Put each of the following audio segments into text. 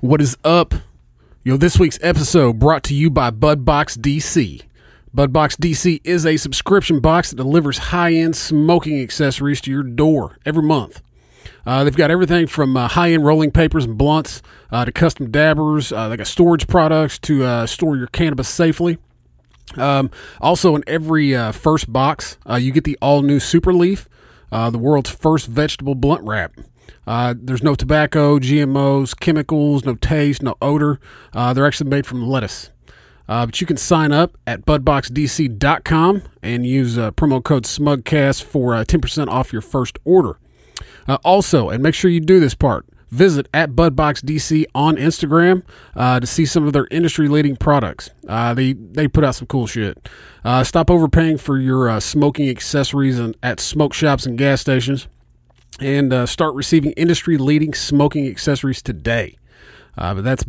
What is up? Yo, this week's episode brought to you by Budbox DC. Budbox DC is a subscription box that delivers high end smoking accessories to your door every month. Uh, they've got everything from uh, high end rolling papers and blunts uh, to custom dabbers. Uh, they got storage products to uh, store your cannabis safely. Um, also, in every uh, first box, uh, you get the all new Super Leaf, uh, the world's first vegetable blunt wrap. Uh, there's no tobacco, GMOs, chemicals, no taste, no odor. Uh, they're actually made from lettuce. Uh, but you can sign up at budboxdc.com and use uh, promo code SMUGCAST for uh, 10% off your first order. Uh, also, and make sure you do this part. Visit at BudboxDC on Instagram uh, to see some of their industry-leading products. Uh, they they put out some cool shit. Uh, stop overpaying for your uh, smoking accessories and at smoke shops and gas stations, and uh, start receiving industry-leading smoking accessories today. Uh, but that's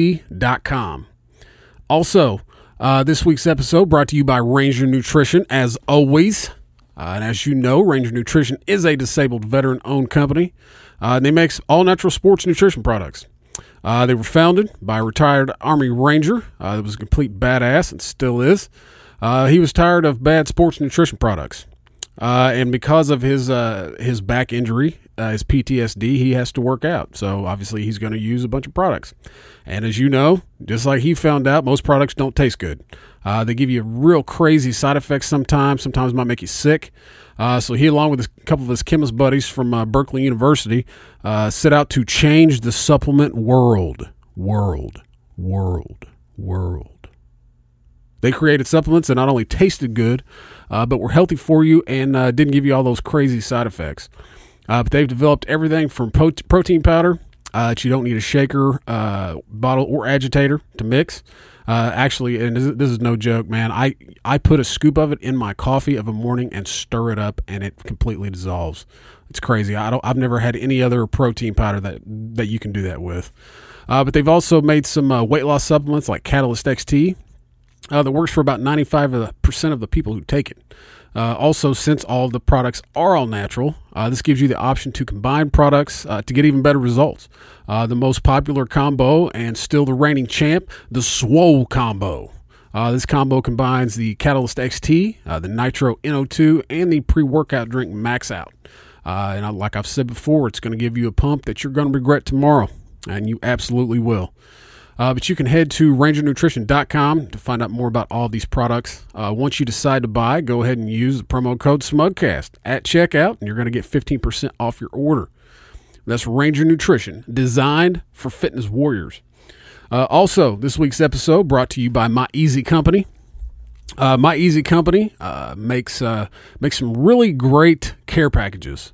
budboxdc.com. Also, uh, this week's episode brought to you by Ranger Nutrition, as always. Uh, and as you know, Ranger Nutrition is a disabled veteran owned company. Uh, and they make all natural sports nutrition products. Uh, they were founded by a retired Army Ranger uh, that was a complete badass and still is. Uh, he was tired of bad sports nutrition products. Uh, and because of his uh, his back injury, uh, his PTSD, he has to work out. So obviously, he's going to use a bunch of products. And as you know, just like he found out, most products don't taste good. Uh, they give you real crazy side effects sometimes. Sometimes might make you sick. Uh, so he, along with a couple of his chemist buddies from uh, Berkeley University, uh, set out to change the supplement world, world, world, world. They created supplements that not only tasted good, uh, but were healthy for you and uh, didn't give you all those crazy side effects. Uh, but they've developed everything from po- protein powder uh, that you don't need a shaker, uh, bottle, or agitator to mix. Uh, actually, and this is, this is no joke, man. I, I put a scoop of it in my coffee of a morning and stir it up, and it completely dissolves. It's crazy. I don't. I've never had any other protein powder that that you can do that with. Uh, but they've also made some uh, weight loss supplements like Catalyst XT, uh, that works for about 95% of the people who take it. Uh, also, since all the products are all natural, uh, this gives you the option to combine products uh, to get even better results. Uh, the most popular combo, and still the reigning champ, the Swole combo. Uh, this combo combines the Catalyst XT, uh, the Nitro NO2, and the pre workout drink Max Out. Uh, and I, like I've said before, it's going to give you a pump that you're going to regret tomorrow, and you absolutely will. Uh, but you can head to rangernutrition.com to find out more about all these products. Uh, once you decide to buy, go ahead and use the promo code SMUGCAST at checkout, and you're going to get 15% off your order. That's Ranger Nutrition, designed for fitness warriors. Uh, also, this week's episode brought to you by My Easy Company. Uh, My Easy Company uh, makes uh, makes some really great care packages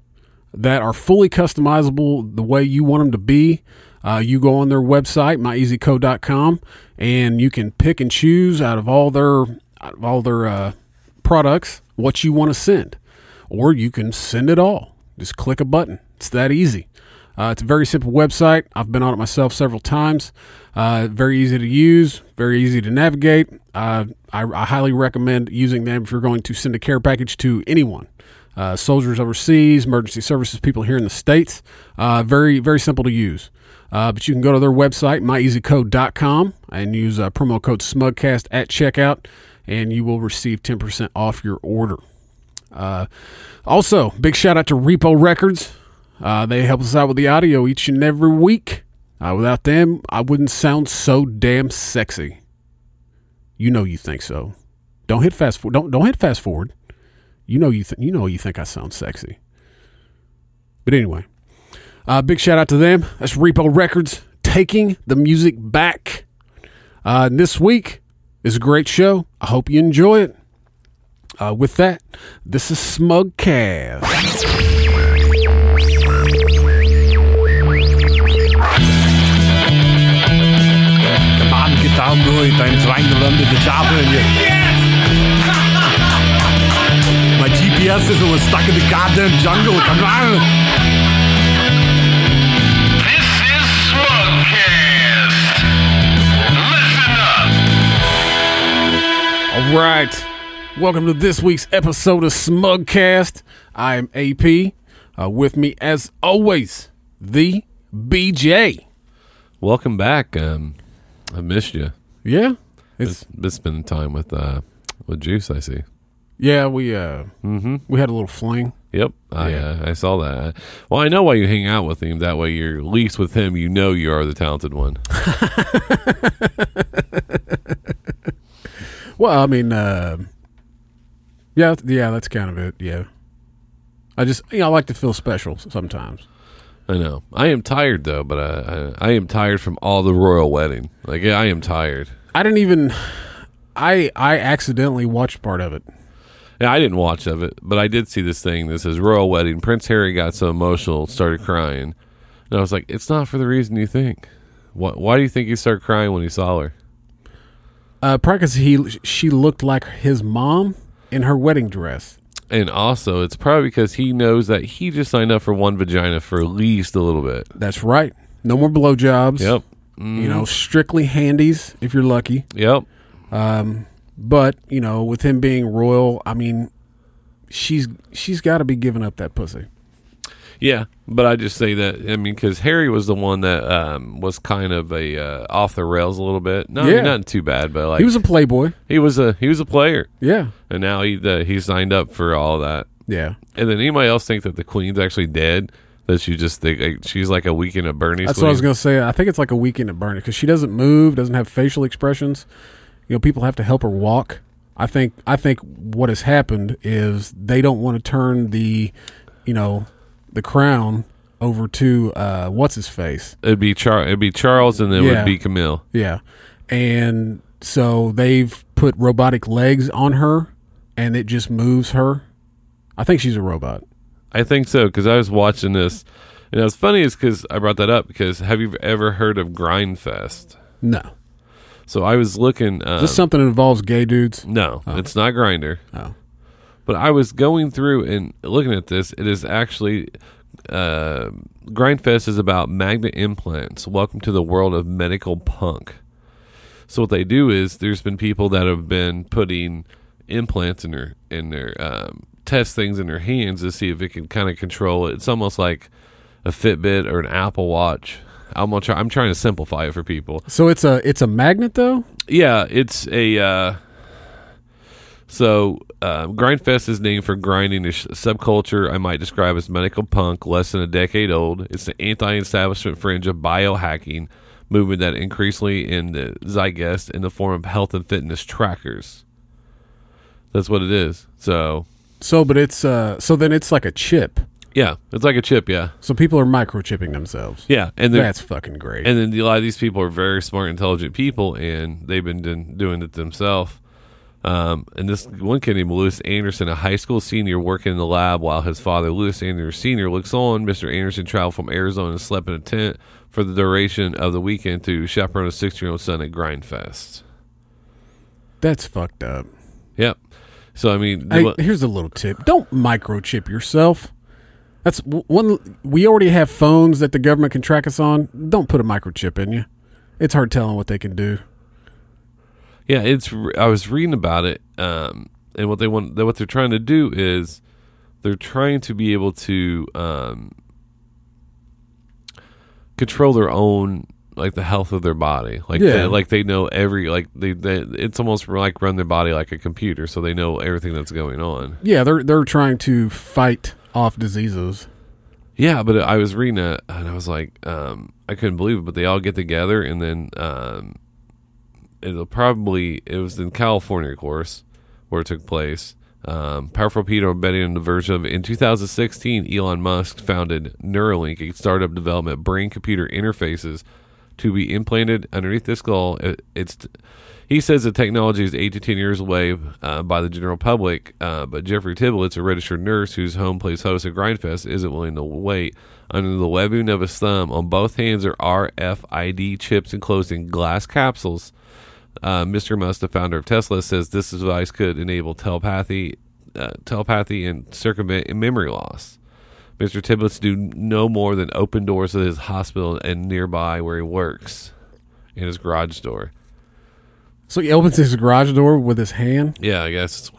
that are fully customizable the way you want them to be. Uh, you go on their website, myeasyco.com, and you can pick and choose out of all their out of all their uh, products what you want to send, or you can send it all. Just click a button. It's that easy. Uh, it's a very simple website. I've been on it myself several times. Uh, very easy to use, very easy to navigate. Uh, I, I highly recommend using them if you're going to send a care package to anyone. Uh, soldiers overseas, emergency services people here in the states. Uh, very, very simple to use. Uh, but you can go to their website, myeasycode.com, and use uh, promo code SMUGCAST at checkout, and you will receive 10% off your order. Uh, also, big shout out to Repo Records. Uh, they help us out with the audio each and every week. Uh, without them, I wouldn't sound so damn sexy. You know you think so. Don't hit fast forward. Don't don't hit fast forward. You know you th- you know you think I sound sexy. But anyway, uh, big shout out to them. That's Repo Records taking the music back. Uh, and this week is a great show. I hope you enjoy it. Uh, with that, this is Smugcast. Come on, get down to it. I'm trying to run to the chopper and you. My GPS system was stuck in the goddamn jungle. Come on. This is Smugcast. Listen up. All right. Welcome to this week's episode of Smugcast. I am AP. Uh, with me, as always, the BJ. Welcome back. Um, I missed you. Yeah, it's It's, it's been time with uh, with Juice. I see. yeah. We uh, Mm-hmm. we had a little fling. Yep, I Yeah. uh, I saw that. Well, I know why you hang out with him. That way, you're at least with him. You know you are the talented one. Well, I mean, uh, yeah, th- yeah. That's kind of it. Yeah, I just you know, I like to feel special s- sometimes. I know. I am tired though, but uh, I I am tired from all the royal wedding. Like yeah, I am tired. I didn't even. I I accidentally watched part of it. Yeah, I didn't watch of it, but I did see this thing that says royal wedding. Prince Harry got so emotional, started crying, and I was like, it's not for the reason you think. Why, why do you think he started crying when he saw her? Uh, probably 'cause he she looked like his mom in her wedding dress. And also, it's probably because he knows that he just signed up for one vagina for at least a little bit. That's right. No more blowjobs. Yep. Mm-hmm. You know, strictly handies if you're lucky. Yep. But you know, with him being royal, I mean, she's she's got to be giving up that pussy. Yeah, but I just say that I mean because Harry was the one that um, was kind of a uh, off the rails a little bit. No, I mean, Yeah. nothing too bad, but like He was a playboy. he was a he was a player, Yeah, and now he the, he signed up for all that. yeah. And then anybody else think that the Queen's actually dead? That she just think like, she's like a weekend at Bernie's. That's what I was gonna say. I think it's like a weekend at Bernie because she doesn't move, doesn't have facial expressions. You know, people have to help her walk. I think I think what has happened is they don't want to turn the, you know, the crown over to uh, what's his face. It'd be Char- It'd be Charles, and then it Yeah. would be Camille. Yeah, and so they've put robotic legs on her, and it just moves her. I think she's a robot. I think so because I was watching this, and it was funny is because I brought that up because have you ever heard of Grindfest? No, So I was looking. Um, is this something that involves gay dudes? No, it's not grinder. Oh. But I was going through and looking at this. It is actually uh, Grindfest is about magnet implants. Welcome to the world of medical punk. So what they do is there's been people that have been putting implants in their in their um, test things in their hands to see if it can kind of control it. It's almost like a Fitbit or an Apple Watch. I'm gonna try, I'm trying to simplify it for people So it's a it's a magnet though. yeah, it's a. Uh, so, uh, Grindfest is named for grinding a sh- subculture I might describe as medical punk, less than a decade old. It's the anti establishment fringe of biohacking movement that increasingly in the zeitgeist in the form of health and fitness trackers. That's what it is. So, So, but it's uh, so then it's like a chip. yeah, it's like a chip, yeah. So people are microchipping themselves. Yeah, and they're- That's fucking great. And then the- a lot of these people are very smart, intelligent people, and they've been din- doing it themselves. Um, and this one kid named Lewis Anderson, a high school senior working in the lab while his father, Lewis Anderson Sr., looks on. Mr. Anderson traveled from Arizona and slept in a tent for the duration of the weekend to chaperone a six year old son at Grindfest. That's fucked up. Yep. So, I mean, Hey, what- here's a little tip: don't microchip yourself. That's w- one. We already have phones that the government can track us on. Don't put a microchip in you. It's hard telling what they can do. Yeah, it's. re- I was reading about it, um, and what they want, what they're trying to do is, they're trying to be able to um, control their own, like the health of their body. Like, Yeah. they, like they know every, like they, they, it's almost like run their body like a computer, so they know everything that's going on. Yeah, they're they're trying to fight off diseases. Yeah, but I was reading it and I was like, um, I couldn't believe it. But they all get together and then um, it'll probably it was in California, of course, where it took place. Um, powerful Peter are betting on the version of in 2016, Elon Musk founded Neuralink, a startup development of brain computer interfaces to be implanted underneath the skull. It- it's he says the technology is eight to ten years away uh, by the general public, uh, but Jeffrey Tiblitz, a registered nurse whose home plays host at Grindfest, isn't willing to wait. Under the webbing of his thumb, on both hands are RFID chips enclosed in glass capsules. Uh, Mr. Musk, the founder of Tesla, says this device could enable telepathy, uh, telepathy, and circumvent memory loss. Mr. Tiblitz do no more than open doors to his hospital and nearby where he works, in his garage door. So he opens his garage door with his hand. Yeah, I guess.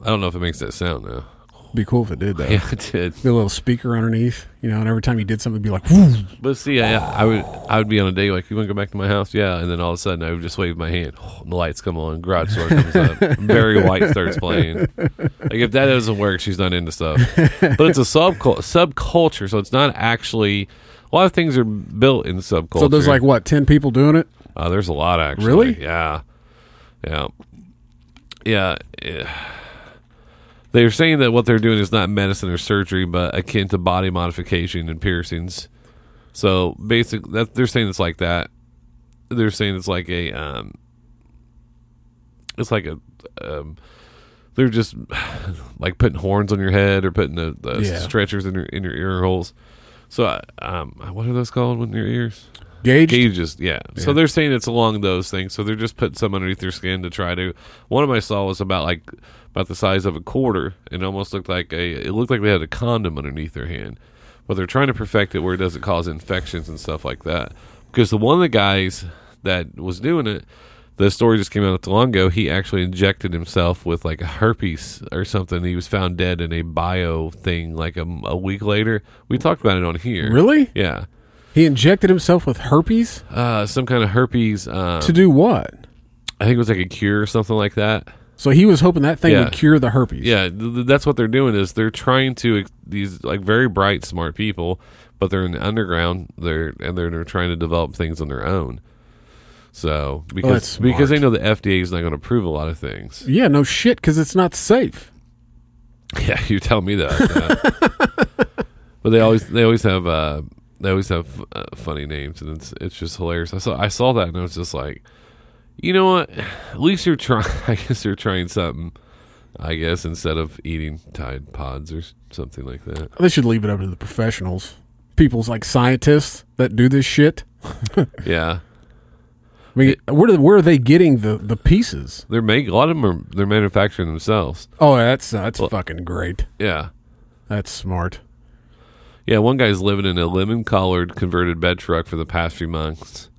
I don't know if it makes that sound though. Be cool if it did though. Yeah, I did. Be a little speaker underneath, you know, and every time you did something, it'd be like, Woo! But see, I, I would I would be on a day like, you want to go back to my house? Yeah. And then all of a sudden, I would just wave my hand. and the lights come on. Garage door comes up. Barry White starts playing. Like, if that doesn't work, she's not into stuff. But it's a subcul- subculture, so it's not actually. A lot of things are built in subculture. So there's like what ten people doing it. Uh, there's a lot actually. Really? Yeah. Yeah. Yeah. eh. They're saying that what they're doing is not medicine or surgery, but akin to body modification and piercings. So basically, that they're saying it's like that. They're saying it's like a, um, it's like a, um, they're just like putting horns on your head or putting the, the Yeah. stretchers in your in your ear holes. So, I- um, what are those called when your ears? Gage. gauges yeah. so they're saying it's along those things so they're just putting some underneath their skin to try to one of them i saw was about like about the size of a quarter and almost looked like a it looked like they had a condom underneath their hand but they're trying to perfect it where it doesn't cause infections and stuff like that because the one of the guys that was doing it the story just came out not too long ago he actually injected himself with like a herpes or something he was found dead in a bio thing like a, a week later we talked about it on here Really? yeah He injected himself with herpes uh, some kind of herpes. Um, to do what? I think it was like a cure or something like that. So he was hoping that thing Yeah. would cure the herpes. Yeah, th- th- that's what they're doing is they're trying to ex- these like very bright, smart people, but they're in the underground. They're and they're, they're trying to develop things on their own. So that's because smart. because they know the FDA is not going to approve a lot of things. Yeah, no shit, because it's not safe. Yeah, you tell me that. uh, but they always they always have uh, they always have uh, funny names, and it's it's just hilarious. I saw I saw that, and I was just like, you know what? At least you're trying. I guess you're trying something. I guess instead of eating Tide Pods or s- something like that. They should leave it up to the professionals, people's like scientists that do this shit. Yeah, I mean, where do, where are they getting the the pieces? they're make a lot of them are they're manufacturing themselves. Oh, that's that's fucking great. Yeah. That's smart. Yeah, one guy's living in a lemon collared converted bed truck for the past few months.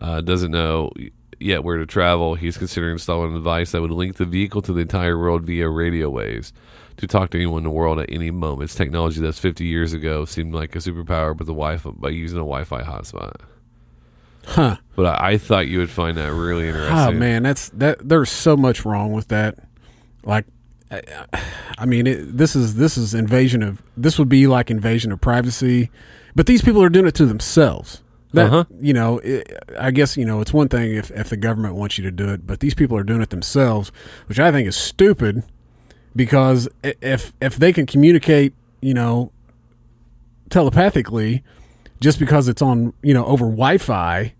Uh, doesn't know yet where to travel. He's considering installing a device that would link the vehicle to the entire world via radio waves to talk to anyone in the world at any moment. It's technology that's 50 years ago seemed like a superpower, but the Wi-Fi by using a Wi-Fi hotspot. Huh. But I, I thought you would find that really interesting. Oh man, that's that. There's so much wrong with that. Like, I, I mean, it, this is this is invasion of this would be like invasion of privacy, but these people are doing it to themselves. That Uh-huh. you know, it, I guess you know it's one thing if if the government wants you to do it, but these people are doing it themselves, which I think is stupid because i- if if they can communicate, you know, telepathically, just because it's on you know over Wi-Fi,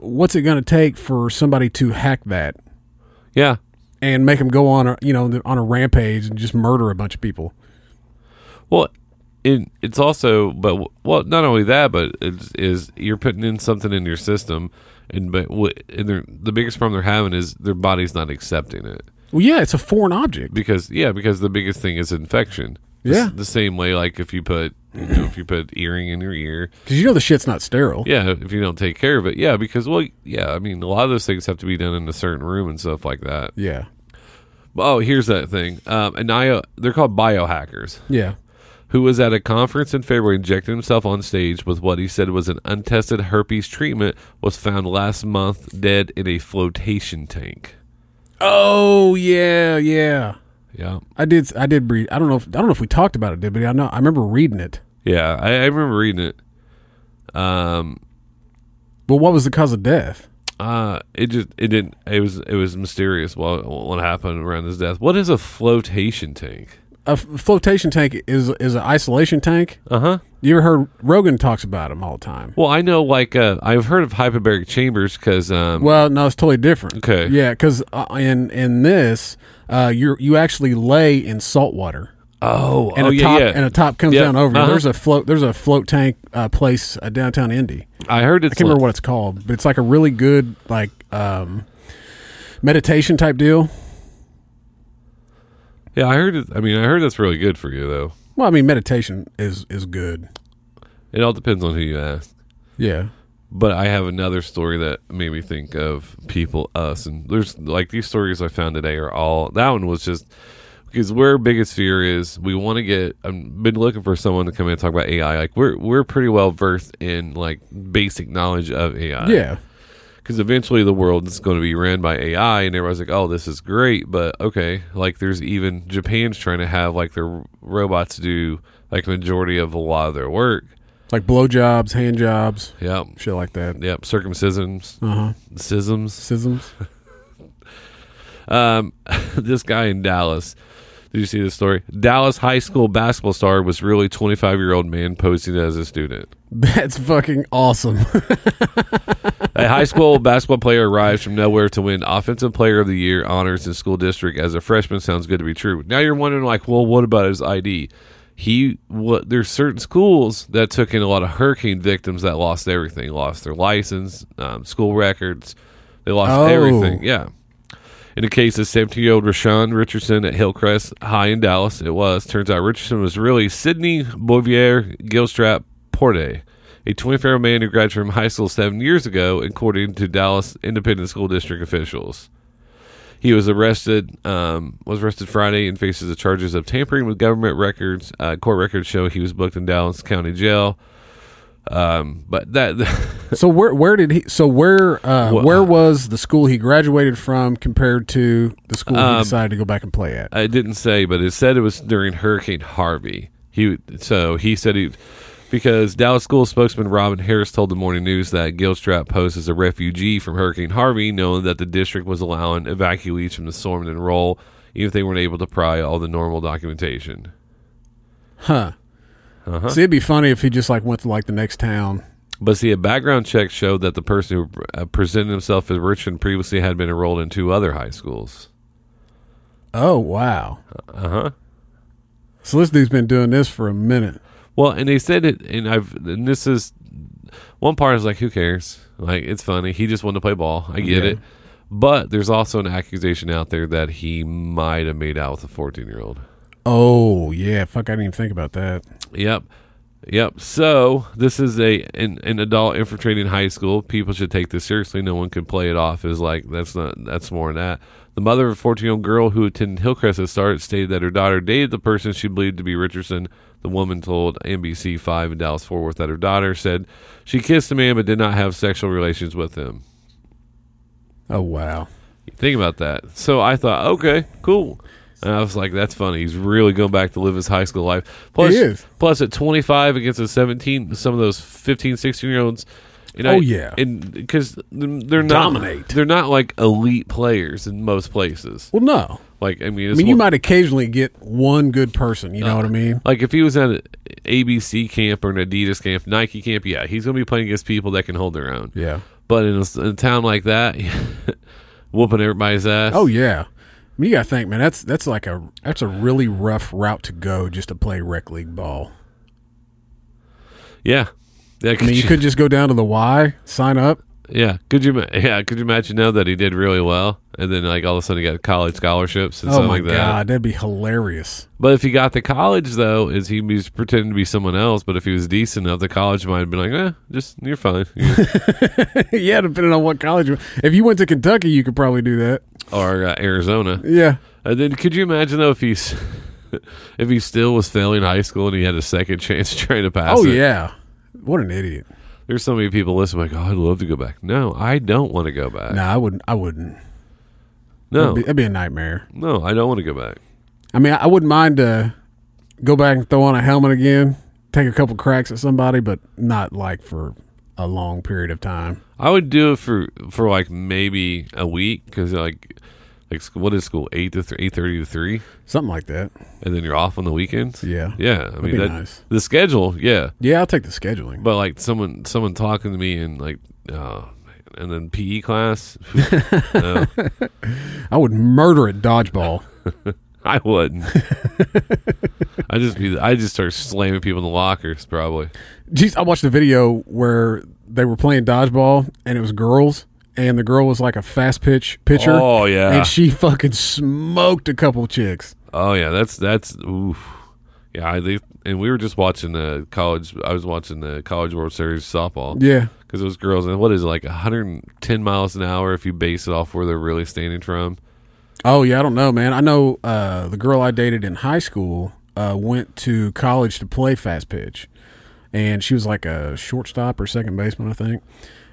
what's it going to take for somebody to hack that Yeah. and make them go on a you know on a rampage and just murder a bunch of people? Well, it, it's also, but well, not only that, but it's, is you're putting in something in your system, and but what and they're, the biggest problem they're having is their body's not accepting it Well, yeah, it's a foreign object. because yeah, because the biggest thing is infection. The s- Yeah. the same way like if you put you know, if you put earring in your ear, Because you know the shit's not sterile. yeah, if you don't take care of it, yeah, because well, yeah, I mean a lot of those things have to be done in a certain room and stuff like that. Yeah. Oh, here's that thing, um, and I they're called biohackers. Yeah. who was at a conference in February injected himself on stage with what he said was an untested herpes treatment, was found last month dead in a flotation tank. Oh yeah, yeah. Yeah. I did. I did read. I don't know. If, I don't know if we talked about it, did but I know. I remember reading it. Yeah, I, I remember reading it. Um But what was the cause of death? uh it just it didn't it was it was mysterious what what happened around his death. What is a flotation tank? A f- flotation tank is is an isolation tank. Uh-huh. You ever heard Rogan talks about them all the time? Well, I know like uh I've heard of hyperbaric chambers cuz um Well, no, it's totally different. Okay. Yeah, because uh, in in this, uh, you you actually lay in salt water, oh, and oh a yeah, top yeah. and a top comes Yeah, down over. you. uh-huh. There's a float. There's a float tank uh, place uh, downtown Indy. I heard it's I can't like- remember what it's called, but it's like a really good like um, meditation type deal. Yeah, I heard it I mean, I heard that's really good for you though. Well, I mean, meditation is is good. It all depends on who you ask. Yeah. But I have another story that made me think of people, us, and there's like these stories I found today are all that one was just because where our biggest fear is we want to get i've been looking for someone to come in and talk about ai like we're we're pretty well versed in like basic knowledge of ai Yeah. because eventually the world is going to be ran by ai and everybody's like oh this is great but okay like there's even japan's trying to have like their robots do like majority of a lot of their work Like blowjobs, hand jobs, yep shit like that. yep circumcisions Uh huh. schisms Sisms. Um, this guy in Dallas. Did you see this story? Dallas high school basketball star was really 25 year old man posing as a student. That's fucking awesome. A high school basketball player arrives from nowhere to win offensive player of the year honors in school district as a freshman. Sounds good to be true. Now you're wondering, like, well, what about his ID? He what? There's certain schools that took in a lot of hurricane victims that lost everything, lost their license, um, school records, they lost Oh. everything. Yeah. In the case of 17 year old Rashawn Richardson at Hillcrest High in Dallas, it was. Turns out Richardson was really Sidney Bouvier Gilstrap Porte, a 24 year old man who graduated from high school seven years ago, according to Dallas Independent School District officials. He was arrested. Um, was arrested Friday and faces the charges of tampering with government records. Uh, court records show he was booked in Dallas County Jail. Um, but that so where where did he? So where uh, Wha- where was the school he graduated from compared to the school he Um, decided to go back and play at? I didn't say, but it said it was during Hurricane Harvey. He so he said he because Dallas school spokesman Robin Harris told the Morning News that Gilstrap posed as a refugee from Hurricane Harvey, knowing that the district was allowing evacuees from the storm to enroll, even if they weren't able to pry all the normal documentation. Huh. See, it'd be funny if he just like went to like the next town. But see, a background check showed that the person who uh, presented himself as Richard previously had been enrolled in two other high schools. Oh wow. Uh huh. Uh-huh. So this dude's been doing this for a minute. Well, and they said it, and I've and this is one part is like, who cares? Like it's funny. He just wanted to play ball. I get it. But there's also an accusation out there that he might have made out with a 14 year old. Oh yeah. Fuck, I didn't even think about that. Yep. Yep. So this is a an, an adult infiltrating high school. People should take this seriously. No one can play it off as like that's not that's more than that. The mother of a fourteen year old girl who attended Hillcrest at start stated that her daughter dated the person she believed to be Richardson. The woman told NBC five in Dallas Fort Worth that her daughter said she kissed the man but did not have sexual relations with him. Oh wow. Think about that. So I thought, okay, cool. And I was like, that's funny. He's really going back to live his high school life. Plus, He is. plus at 25 against a 17, some of those 15, 16 year olds. You know, Oh, yeah. and because they're not Dominate. they're not like elite players in most places. Well, no. Like I mean, I it's Uh, mean, you one- might occasionally get one good person. You know what I mean? like if he was at an ABC camp or an Adidas camp, Nike camp, yeah, he's gonna be playing against people that can hold their own. Yeah. But in a, in a town like that, whooping everybody's ass. Oh yeah. I mean, you gotta think, man. That's that's like a that's a really rough route to go just to play rec league ball. yeah, yeah. I mean, you could just go down to the Y, sign up. Yeah, could you? ma- Yeah, could you imagine now that he did really well, and then like all of a sudden he got college scholarships and Oh something my like that. god, that'd be hilarious. But if he got the college though, is he was pretending to be someone else? But if he was decent enough, the college might have been like, eh, just you're fine, You're- yeah, depending on what college. you- If you went to Kentucky, you could probably do that. or uh, Arizona. Yeah. And then could you imagine though if he's if he still was failing high school and he had a second chance trying to pass? oh it? yeah. What an idiot. there's so many people listening like, oh, I'd love to go back. No, I don't want to go back. No, I wouldn't. I wouldn't. No, That'd, be, that'd be a nightmare. no, I don't want to go back. I mean, I wouldn't mind to go back and throw on a helmet again, take a couple cracks at somebody, but not like for a long period of time. I would do it for for like maybe a week because like like sc- what is school eight to eight thirty to three, Something like that. and then you're off on the weekends. Yeah. yeah. I mean be that nice. the schedule. Yeah, Yeah, I'll take the scheduling. but like someone someone talking to me and like oh, man. and then PE class. no, I would murder at dodgeball. I wouldn't. I just be I just start slamming people in the lockers probably. Jeez, I watched a video where they were playing dodgeball and it was girls, and the girl was like a fast pitch pitcher. Oh, yeah. and she fucking smoked a couple chicks. Oh yeah, that's that's oof. Yeah, I, they, and we were just watching the college. I was watching the college World Series softball. Yeah, because those girls and what is it like 110 miles an hour if you base it off where they're really standing from Oh yeah, I don't know, man. I know uh, the girl I dated in high school uh, went to college to play fast pitch, and she was like a shortstop or second baseman, I think.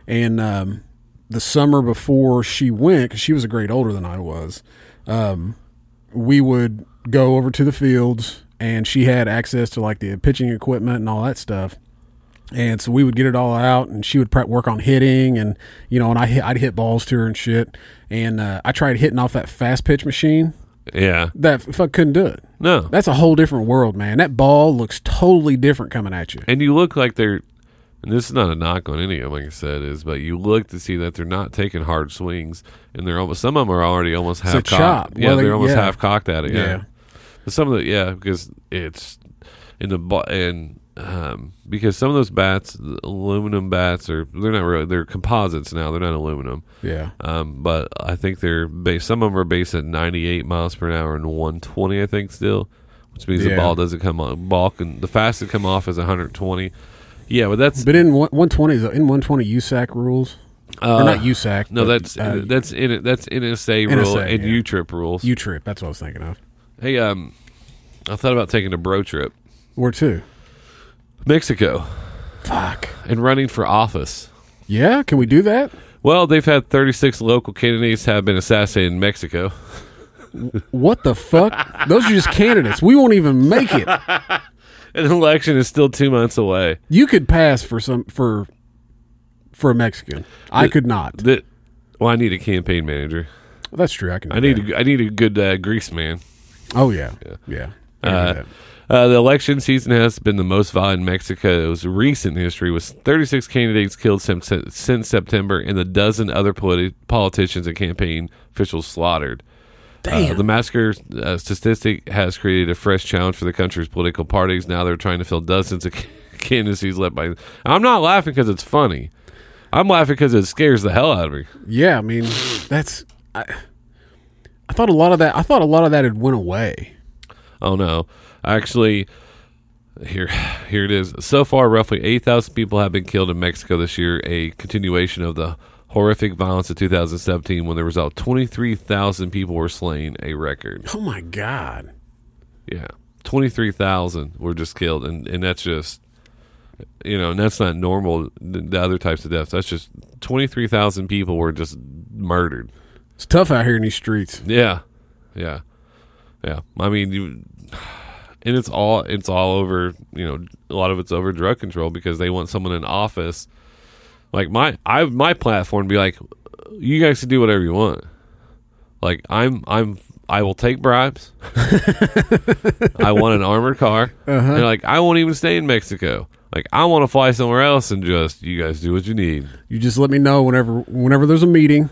And um, the summer before she went, because she was a grade older than I was, um, we would go over to the fields, and she had access to like the pitching equipment and all that stuff. And so we would get it all out, and she would prep work on hitting, and you know, and I hit, I'd hit balls to her and shit. And uh, I tried hitting off that fast pitch machine. Yeah. That fuck couldn't do it. No. That's a whole different world, man. That ball looks totally different coming at you. and you look like they're and this is not a knock on any of them like i said is but you look to see that they're not taking hard swings and they're almost some of them are already almost half cocked chop. yeah Well, they- they're almost yeah. half cocked at it yeah, Yeah. But some of the yeah because it's in the bu- and um, because some of those bats the aluminum bats are they're not really they're composites now they're not aluminum Yeah, um, but I think they're based. Some of them are based at 98 miles per hour and 120. I think still, which means Yeah. the ball doesn't come off. Ball can the fastest come off is 120. Yeah, but that's but in one- 120 is in 120 USAC rules uh, or not USAC? No, but, that's uh, that's in it. That's NSA, rule NSA, and yeah. U trip rules. U trip. That's what I was thinking of. hey, um, I thought about taking a bro trip, Where to? Mexico, Fuck. and running for office. Yeah, can we do that? Well, they've had 36 local candidates have been assassinated in Mexico. What the fuck? Those are just candidates. We won't even make it. An election is still two months away. You could pass for some for for a Mexican. I could not. That, well, I need a campaign manager. That's true. I can. Do I need that. a, I need a good uh, grease man. Oh yeah. Yeah. I can do Uh, that. Uh, the election season has been the most violent in Mexico's recent history, with 36 candidates killed since, since September and a dozen other politi- politicians and campaign officials slaughtered. Uh, the massacre uh, statistic has created a fresh challenge for the country's political parties. Now they're trying to fill dozens of candidacies left by. I'm not laughing because it's funny. I'm laughing because it scares the hell out of me. Yeah, I mean, that's I, I thought a lot of that I thought a lot of that had went away. Oh no. Actually here here it is. So far roughly 8,000 people have been killed in Mexico this year, a continuation of the horrific violence of 2017 when the result 23,000 people were slain, a record. Oh my god. Yeah. 23,000 were just killed and and that's just you know, and that's not normal the, the other types of deaths. That's just 23,000 people were just murdered. It's tough out here in these streets. Yeah, yeah, yeah. I mean, you, and it's all it's all over. You know, a lot of it's over drug control because they want someone in office. Like my I my platform would be like, you guys can do whatever you want. Like I'm I'm I will take bribes. I want an armored car. And like I won't even stay in Mexico. Like I want to fly somewhere else and just you guys do what you need. You just let me know whenever whenever there's a meeting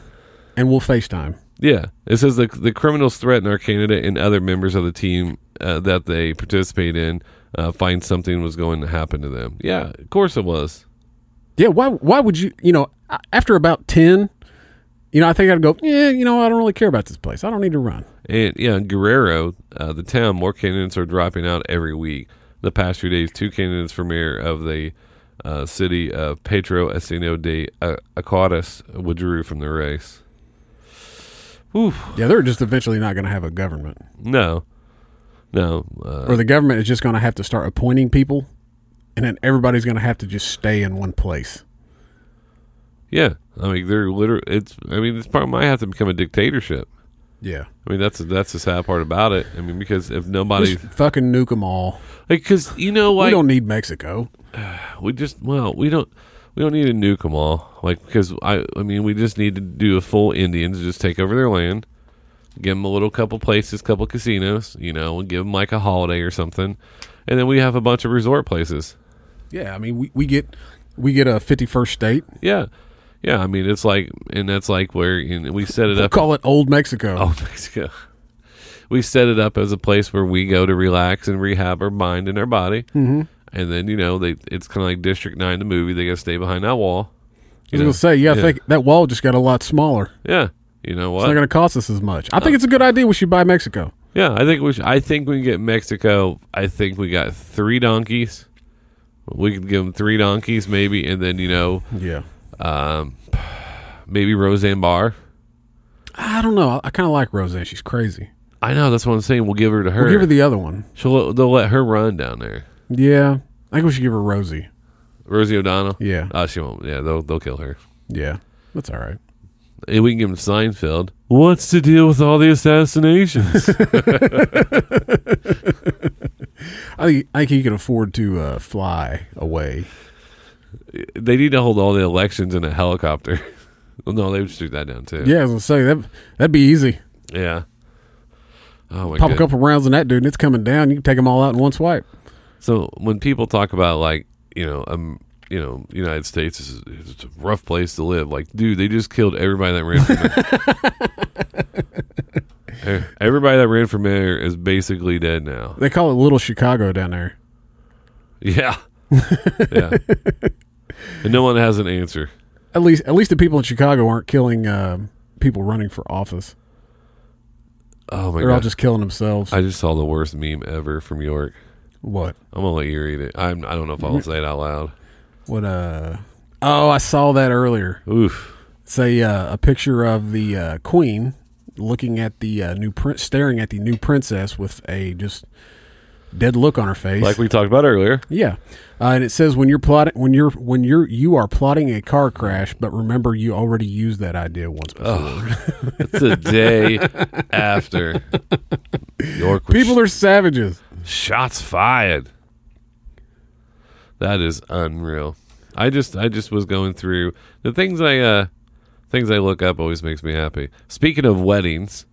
and we'll FaceTime. Yeah, it says the the criminals threaten our candidate and other members of the team uh, that they participate in uh, find something was going to happen to them. Yeah, of course it was. Yeah, why why would you, you know, a- after about 10, you know, I think I'd go, "Yeah, you know, I don't really care about this place. I don't need to run." And yeah, in Guerrero, uh, the town, more candidates are dropping out every week. The past few days, two candidates for mayor of the uh, city of Pedro Asino de uh, Acuadas withdrew from the race. Yeah, they're just eventually not going to have a government. No, no, uh, Or the government is just going to have to start appointing people and then everybody's going to have to just stay in one place. yeah. I mean, they're literally. It's. I mean, this probably might have to become a dictatorship. Yeah. I mean, that's that's the sad part about it. I mean, because if nobody, Just fucking nuke them all. because you know, like we don't need Mexico. we just well, we don't we don't need to nuke them all. Like because I I mean, we just need to do a full Indians just take over their land, give them a little couple places, couple casinos, you know, and give them like a holiday or something, and then we have a bunch of resort places. Yeah, I mean we, we get we get a fifty first state. Yeah, yeah. I mean, it's like and that's like where and we set it We'll up. call it old Mexico. Oh, Mexico. We set it up as a place where we go to relax and rehab our mind and our body. Mm-hmm. And then you know they it's kind of like District Nine, the movie. They got to stay behind that wall. I You was know? gonna say, yeah, I yeah. think that wall just got a lot smaller. yeah. You know It's what? Uh. not gonna cost us as much. I think it's a good idea we should buy Mexico. yeah, I think we should, I think we can get Mexico. I think we got three donkeys. We could give them three donkeys, maybe, and then you know Yeah. um, maybe Roseanne Barr. I don't know. I, I kind of like Rose. She's crazy. I know that's what I'm saying. We'll give her to her. We'll give her the other one. She'll they'll let her run down there. Yeah, I think we should give her Rosie. Rosie O'Donnell. Yeah. Uh, she won't. Yeah, they'll they'll kill her. Yeah, that's all right. And we can give him Seinfeld. What's the deal with all the assassinations? I think I think he can afford to uh, fly away. they need to hold all the elections in a helicopter. Well, no, they would shoot that down too. Yeah, I was gonna say that that'd be easy. Yeah. Oh my Pop a god. couple rounds on that dude, and it's coming down. You can take them all out in one swipe. So when people talk about like you know um you know United States is it's a rough place to live, like dude, they just killed everybody that ran for mayor. E- everybody that ran for mayor is basically dead now. They call it Little Chicago down there. Yeah. yeah. And no one has an answer. At least, at least the people in Chicago aren't killing um people running for office. Oh my They're all god. just killing themselves. I just saw the worst meme ever from York. what? I'm gonna let you read it. I'm, I don't know if I'll say it out loud. What? Uh. Oh, I saw that earlier. Oof. It's a uh, a picture of the uh, queen looking at the uh, new prince, staring at the new princess with a just dead look on her face. Like we talked about earlier. yeah, uh, and it says when you're plotting, when you're when you're you are plotting a car crash, but remember you already used that idea once before. Oh, It's the day after. York was People are savages. Shots fired. That is unreal. I just I just was going through the things I uh things I look up always makes me happy. Speaking of weddings,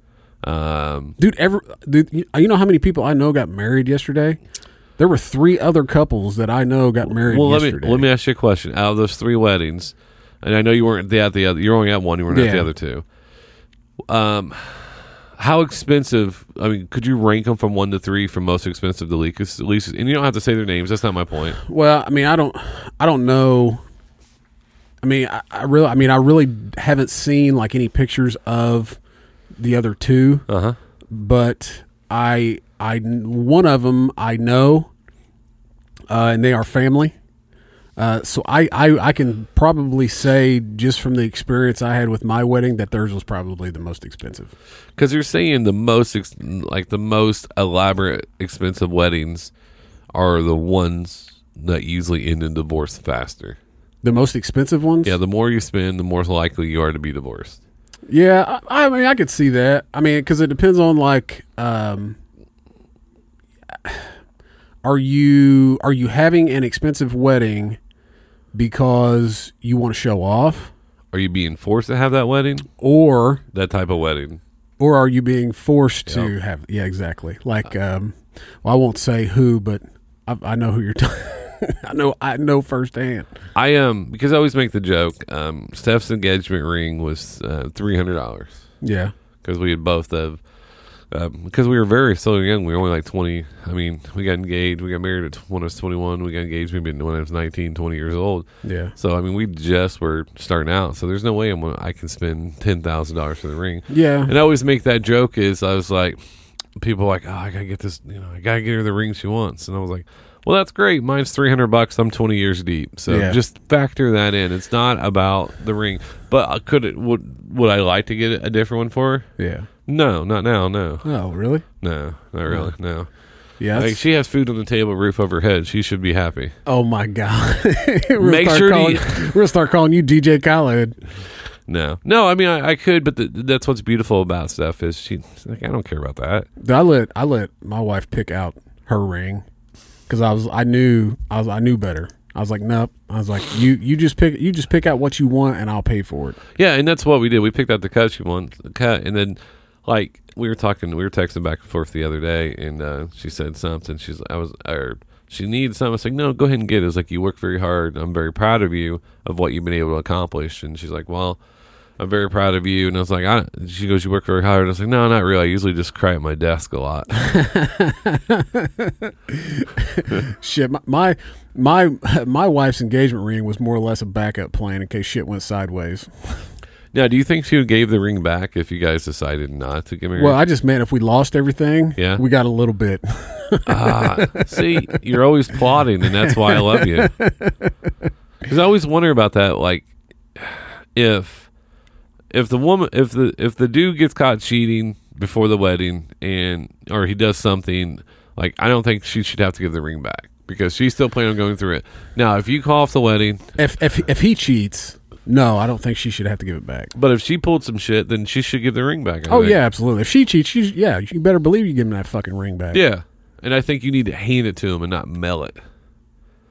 um dude. Every dude, you you know how many people I know got married yesterday? There were three other couples that I know got married. well let me yesterday. let me ask you a question. Out of those three weddings, and I know you weren't at the other you're only at one, you weren't at the Yeah. other two. Um how expensive? I mean, could you rank them from one to three, from most expensive to least? least and you don't have to say their names. That's not my point. Well, I mean, I don't, I don't know. I mean, I, I really, I mean, I really haven't seen like any pictures of the other two, Uh huh. but I, I, one of them I know, uh, and they are family. Uh, so I, I, I can probably say just from the experience I had with my wedding that theirs was probably the most expensive. Because you're saying the most, ex- like the most elaborate, expensive weddings are the ones that usually end in divorce faster. The most expensive ones? Yeah, the more you spend, the more likely you are to be divorced. Yeah, I, I mean, I could see that. I mean, because it depends on like, um, are you are you having an expensive wedding because you want to show off, Are you being forced to have that wedding? or That type of wedding. or are you being forced to have? Yeah, exactly. Like, um, well, I won't say who, but I, I know who you're. talking. I know. I know firsthand. I um because I always make the joke. Um, Steph's engagement ring was uh, three hundred dollars Yeah. because we had both of um, because we were very so young. We were only like twenty. I mean, we got engaged. We got married at tw- when I was twenty one. We got engaged maybe when I was 19, 20 years old. Yeah. So I mean, we just were starting out, so there's no way I'm gonna, I can spend ten thousand dollars for the ring. Yeah. And I always make that joke is I was like, people are like, oh, I gotta get this, you know, I gotta get her the ring she wants, and I was like, well, that's great. Mine's three hundred bucks. I'm twenty years deep, so Yeah. just factor that in. It's not about the ring, but I could it would would I like to get a different one for her? Yeah. No, not now. No, Oh, really? no, not really. No, Yeah. like that's- she has food on the table, roof over her head. She should be happy. Oh my God! we're gonna Make start sure to- calling, we're gonna start calling you DJ Khaled. No, no. I mean, I, I could, but the, that's what's beautiful about stuff is she. she's Like, I don't care about that. I let I let my wife pick out her ring because I was I knew I was I knew better. I was like, nope. I was like, you you just pick you just pick out what you want and I'll pay for it. Yeah, and that's what we did. We picked out the cut she wants, the cut, and then like we were talking, we were texting back and forth the other day, and uh, she said something. She's, I was, or she needs something. I was like, no, go ahead and get it. It's like you work very hard. I'm very proud of you of what you've been able to accomplish. And she's like, well. I'm very proud of you, and I was like, I, she goes, you work very hard. And I was like, no, not really. I usually just cry at my desk a lot. Shit, my my my, my wife's engagement ring was more or less a backup plan in case shit went sideways. now, do you think she gave the ring back if you guys decided not to give me? Well, I just meant if we lost everything, Yeah. we got a little bit. Ah, see, you're always plotting, and that's why I love you. Because I always wonder about that, like if if the woman if the if the dude gets caught cheating before the wedding and or he does something like I don't think she should have to give the ring back because she's still planning on going through it. Now, if you call off the wedding, If if if he cheats, no, I don't think she should have to give it back. but if she pulled some shit, then she should give the ring back. I Oh think. yeah, absolutely. If she cheats, you, yeah, you better believe you give him that fucking ring back. yeah. And I think you need to hand it to him and not mail it.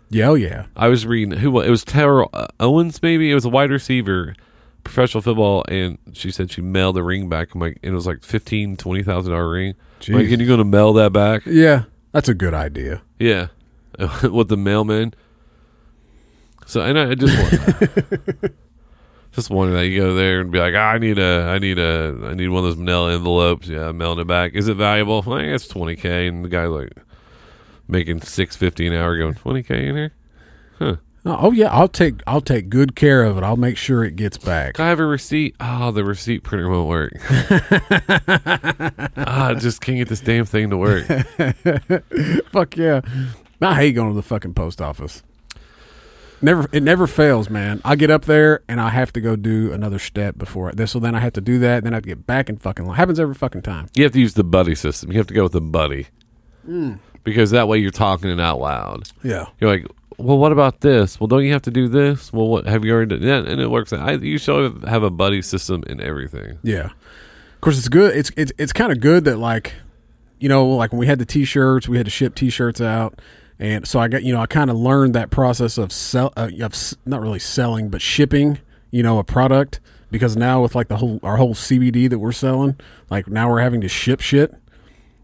yeah, oh yeah. I was reading who wa- it was Tara uh, Owens maybe it was a wide receiver professional football and she said she mailed the ring back I'm like and it was like fifteen twenty thousand dollar ring I'm like Jeez. and you gonna mail that back Yeah, that's a good idea. yeah with the mailman so and I, I just want just wonder that you go there and be like "Ah, I need a I need a I need one of those manila envelopes yeah I'm mailing it back is it valuable I guess twenty k and the guy like making six fifty an hour going twenty k in here No, Oh yeah, I'll take I'll take good care of it. I'll make sure it gets back. Can I have a receipt? Ah, the receipt printer won't work. ah, I just can't get this damn thing to work. Fuck yeah. I hate going to the fucking post office. Never it never fails, man. I get up there and I have to go do another step before it. So then I have to do that, and then I have to get back and fucking line. Happens every fucking time. You have to use the buddy system. You have to go with the buddy. Because that way you're talking it out loud. Yeah. You're like, well, what about this? Well, don't you have to do this? Well, what have you already done? Yeah, and it works. out. I, you should have a buddy system in everything. Yeah. Of course, it's good. It's it's it's kind of good that like, you know, like when we had the t-shirts, we had to ship t-shirts out, and so I got you know I kind of learned that process of sell uh, of s- not really selling but shipping you know a product because now with like the whole our whole CBD that we're selling like now we're having to ship shit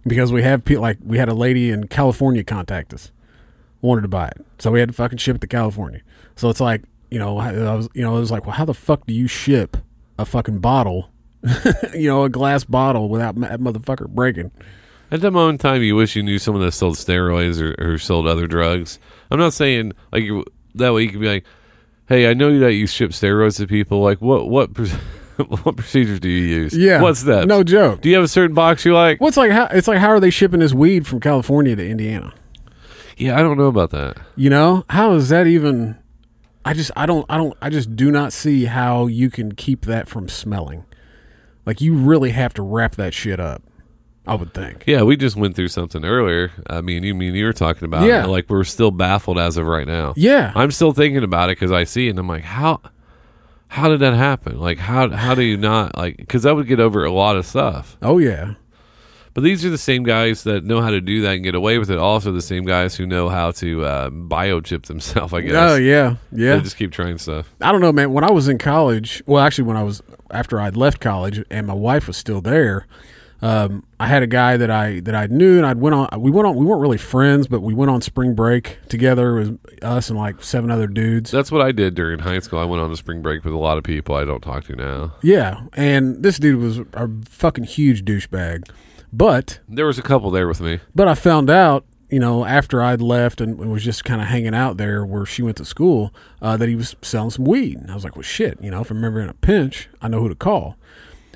because we have people like we had a lady in California contact us wanted to buy it. So we had to fucking ship it to California. So it's like, you know, I I was, you know, it was like, well, how the fuck do you ship a fucking bottle, you know, a glass bottle without ma- that motherfucker breaking? At the moment in time, you wish you knew someone that sold steroids or, or sold other drugs. I'm not saying like you- that way you could be like, "Hey, I know that you ship steroids to people. Like, what what pro- what procedures do you use? Yeah. what's that? No joke. Do you have a certain box you like? What's like, how, it's like, how are they shipping this weed from California to Indiana? Yeah, I don't know about that. You know, how is that even? I just, I don't, I don't, I just do not see how you can keep that from smelling. Like, you really have to wrap that shit up, I would think. Yeah, we just went through something earlier. I mean, you mean you were talking about? it. Yeah. like we're still baffled as of right now. Yeah. I'm still thinking about it because I see it and I'm like, how how did that happen? Like, how how do you not like? Because that would get over a lot of stuff. oh, yeah. But these are the same guys that know how to do that and get away with it. Also, the same guys who know how to uh, biochip themselves. I guess. Oh, yeah. Yeah. They just keep trying stuff. I don't know, man. When I was in college, well, actually, when I was after I'd left college and my wife was still there, um, I had a guy that I that I knew, and I'd went on. We went on. We weren't really friends, but we went on spring break together. It was us and like seven other dudes. That's what I did during high school. I went on a spring break with a lot of people I don't talk to now. Yeah, and this dude was a fucking huge douchebag, but There was a couple there with me. But I found out, you know, after I'd left and was just kind of hanging out there where she went to school, uh, that he was selling some weed. And I was like, well, shit, you know, if I'm ever in a pinch, I know who to call.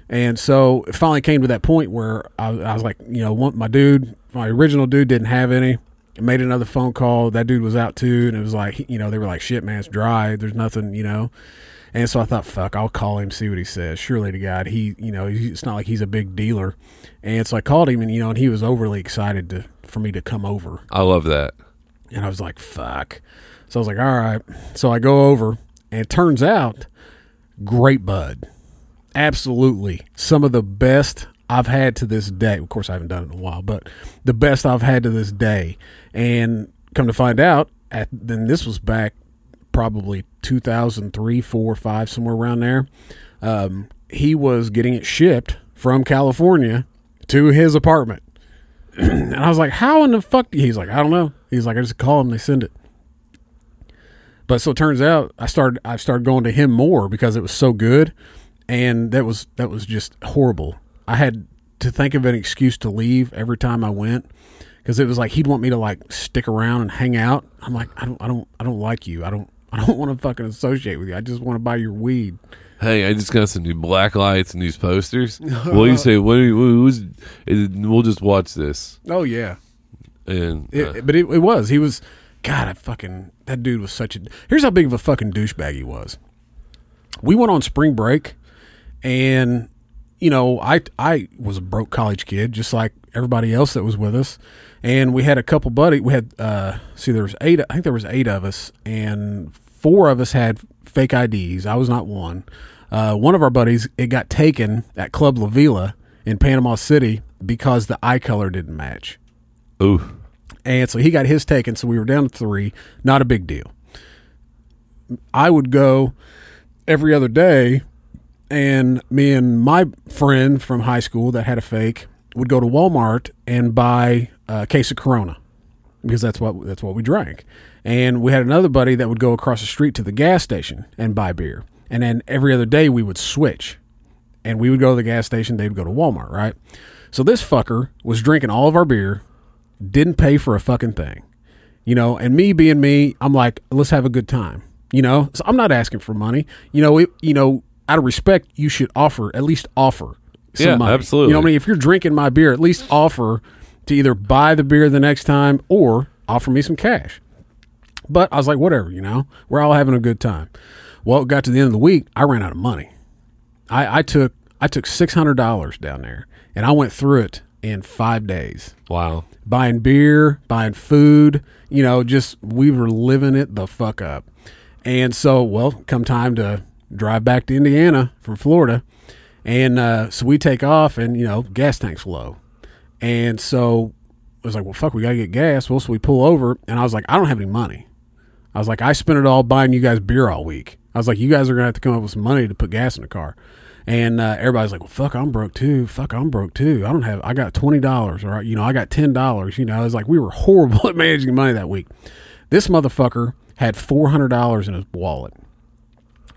And so it finally came to that point where I, I was like, you know, one, my dude, my original dude didn't have any. I made another phone call. That dude was out too. And it was like, he- you know, they were like, shit, man, it's dry. There's nothing, you know. And so I thought, fuck, I'll call him, see what he says. Surely to God, he, you know, he- it's not like he's a big dealer. And so I called him, and you know, and he was overly excited to for me to come over. I love that. And I was like, fuck. So I was like, all right. So I go over, and it turns out, great bud, absolutely some of the best I've had to this day. Of course, I haven't done it in a while, but the best I've had to this day. And come to find out, at then this was back probably 2003, 4, 5, somewhere around there. Um, he was getting it shipped from California to his apartment. and I was like, how in the fuck? do you-" He's like, I don't know. He's like, I just call them, they send it. But so it turns out I started I started going to him more because it was so good, and that was that was just horrible. I had to think of an excuse to leave every time I went because it was like he'd want me to like stick around and hang out. I'm like I don't I don't I don't like you. I don't I don't want to fucking associate with you. I just want to buy your weed. Hey, I just got some new black lights and these posters. well, you say, what? do you- Who's? and We'll just watch this. Oh yeah, And It, uh, but it, it was. He was. God, I fucking that dude was such a. Here's how big of a fucking douchebag he was. We went on spring break, and you know, I I was a broke college kid, just like everybody else that was with us, and we had a couple buddy. We had uh, see, there was eight. I think there was eight of us, and four of us had fake IDs. I was not one. Uh, one of our buddies it got taken at Club La Vila in Panama City because the eye color didn't match. uh, Ooh. And so he got his taken. So we were down to three. Not a big deal. I would go every other day, and me and my friend from high school that had a fake would go to Walmart and buy a case of Corona because that's what that's what we drank. And we had another buddy that would go across the street to the gas station and buy beer. And then every other day we would switch and we would go to the gas station. They'd go to Walmart, right? So this fucker was drinking all of our beer, didn't pay for a fucking thing, you know. And me being me, I'm like, let's have a good time, you know. So I'm not asking for money, you know. It, you know, out of respect, you should offer at least offer. Some Yeah, money. absolutely. You know what I mean? If you're drinking my beer, at least offer to either buy the beer the next time or offer me some cash. But I was like, whatever, you know, we're all having a good time. Well, it got to the end of the week, I ran out of money. I, I took I took six hundred dollars down there, and I went through it in five days, Wow. buying beer, buying food. You know, just we were living it the fuck up. And so, well, come time to drive back to Indiana from Florida, and uh, so we take off, and you know, gas tank's low, and so I was like, well, fuck, we gotta get gas. Well, so we pull over, and I was like, I don't have any money. I was like, I spent it all buying you guys beer all week. I was like, you guys are gonna have to come up with some money to put gas in the car. And uh, everybody's like, well, fuck, I'm broke too. Fuck, I'm broke too. I don't have. I got twenty dollars, or you know, I got ten dollars. You know, I was like, we were horrible at managing money that week. This motherfucker had four hundred dollars in his wallet,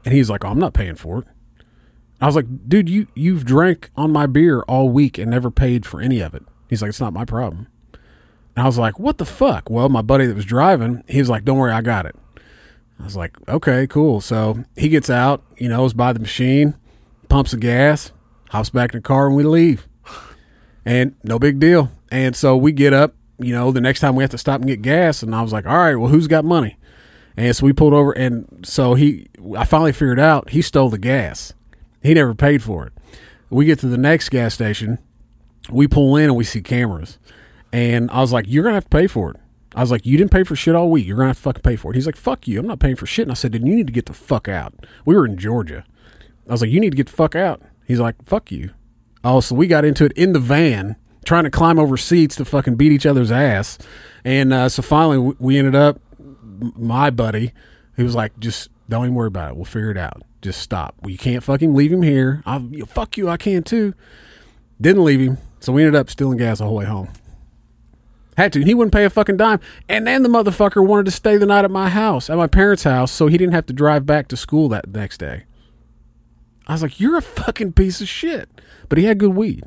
and he's like, oh, I'm not paying for it. I was like, dude, you you've drank on my beer all week and never paid for any of it. He's like, it's not my problem. And I was like, what the fuck? Well, my buddy that was driving, he was like, don't worry, I got it. I was like, okay, cool. So he gets out, you know, is by the machine, pumps the gas, hops back in the car, and we leave. And no big deal. And so we get up, you know, the next time we have to stop and get gas. And I was like, all right, well, who's got money? And so we pulled over. And so he, I finally figured out he stole the gas. He never paid for it. We get to the next gas station we pull in and we see cameras. And I was like, You're gonna have to pay for it. I was like, You didn't pay for shit all week. You're gonna have to fucking pay for it. He's like, Fuck you, I'm not paying for shit. And I said, Then you need to get the fuck out. We were in Georgia. I was like, You need to get the fuck out. He's like, Fuck you. Oh, so we got into it in the van, trying to climb over seats to fucking beat each other's ass. And uh, so finally, we- we ended up my buddy, he was like, just don't even worry about it. We'll figure it out. Just stop. Well, you can't fucking leave him here. I you know, fuck you. I can too. Didn't leave him, so we ended up stealing gas the whole way home. Had to. And he wouldn't pay a fucking dime. And then the motherfucker wanted to stay the night at my house, at my parents' house, so he didn't have to drive back to school that next day. I was like, you're a fucking piece of shit. But he had good weed.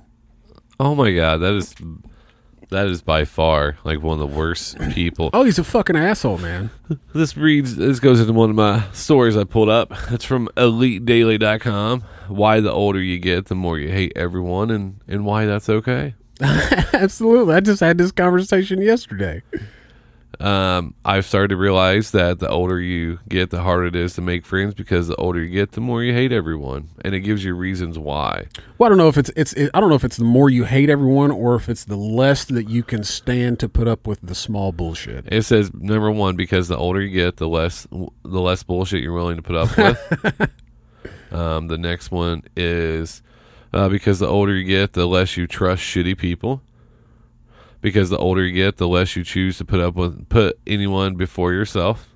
Oh my god, that is that is by far like one of the worst people. Oh, he's a fucking asshole, man. This reads this goes into one of my stories I pulled up. It's from elitedaily.com. Why the older you get, the more you hate everyone and and why that's okay. Absolutely. I just had this conversation yesterday. Um, I've started to realize that the older you get, the harder it is to make friends because the older you get, the more you hate everyone, and it gives you reasons why. Well, I don't know if it's it's it, I don't know if it's the more you hate everyone or if it's the less that you can stand to put up with the small bullshit. It says number one because the older you get, the less the less bullshit you're willing to put up with. um, the next one is uh, because the older you get, the less you trust shitty people. Because the older you get, the less you choose to put up with put anyone before yourself.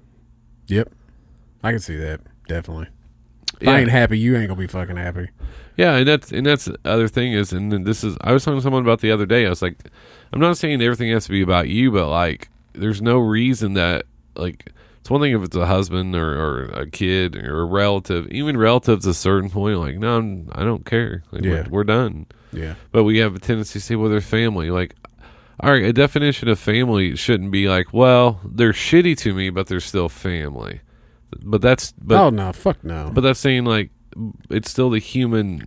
Yep, I can see that definitely. If Yeah. I ain't happy, you ain't gonna be fucking happy. Yeah, and that's and that's the other thing is, and then this is I was talking to someone about the other day. I was like, I'm not saying everything has to be about you, but like, there's no reason that like it's one thing if it's a husband or, or a kid or a relative, even relatives at a certain point. Like, no, I'm, I don't care. Like, Yeah. we're, we're done. Yeah, But we have a tendency to say, well, they're family. Like, all right, a definition of family shouldn't be like, well, they're shitty to me, but they're still family. But that's but oh no, fuck no. but that's saying like it's still the human,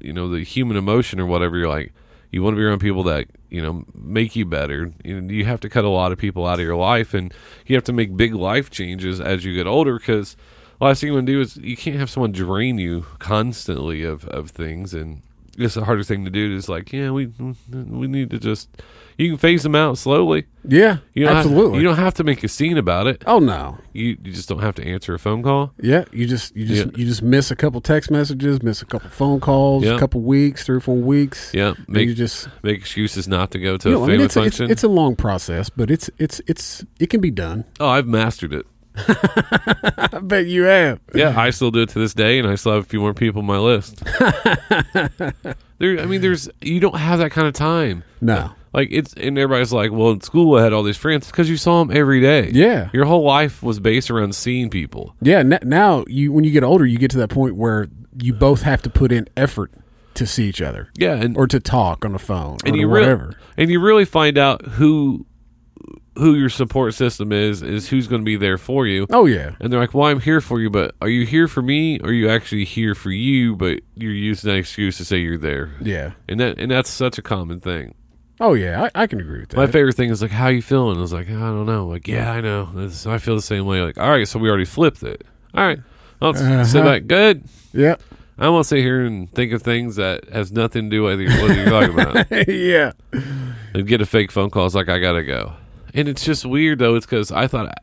you know, the human emotion or whatever. You're like, you want to be around people that you know make you better. You know, you have to cut a lot of people out of your life, and you have to make big life changes as you get older because last thing you want to do is you can't have someone drain you constantly of, of things and it's the hardest thing to do is like yeah we we need to just you can phase them out slowly Yeah, you don't have- absolutely. you don't have to make a scene about it oh no. you, you just don't have to answer a phone call Yeah, you just you just Yeah. you just miss a couple text messages, miss a couple phone calls, Yeah. a couple weeks, three or four weeks. yeah and make, you just make excuses not to go to you a know, I family mean, it's, a- it's function it's a long process, but it's it's it's it can be done. oh i've mastered it I bet you have. Yeah, I still do it to this day, and I still have a few more people on my list. there, I mean, there's you don't have that kind of time. No. Like it's and everybody's like, well, in school I had all these friends because you saw them every day. Yeah. your whole life was based around seeing people. Yeah, n- now you when you get older, you get to that point where you both have to put in effort to see each other Yeah, and or to talk on the phone or and to you rea- whatever. and you really find out who who your support system is is who's going to be there for you. oh yeah, And they're like, "Well, I'm here for you, but are you here for me? Or are you actually here for you? But you're using that excuse to say you're there." yeah, And that and that's such a common thing. oh yeah. I, I can agree with that. My favorite thing is like, how you feeling? I was like, I don't know. Like, yeah, I know. This, I feel the same way. Like, all right, so we already flipped it. All right, I'll s sit Uh-huh. back. Good. yeah, I won't sit here and think of things that has nothing to do with what you're talking about. yeah, And get a fake phone call. It's like I gotta go. And it's just weird though. It's because I thought,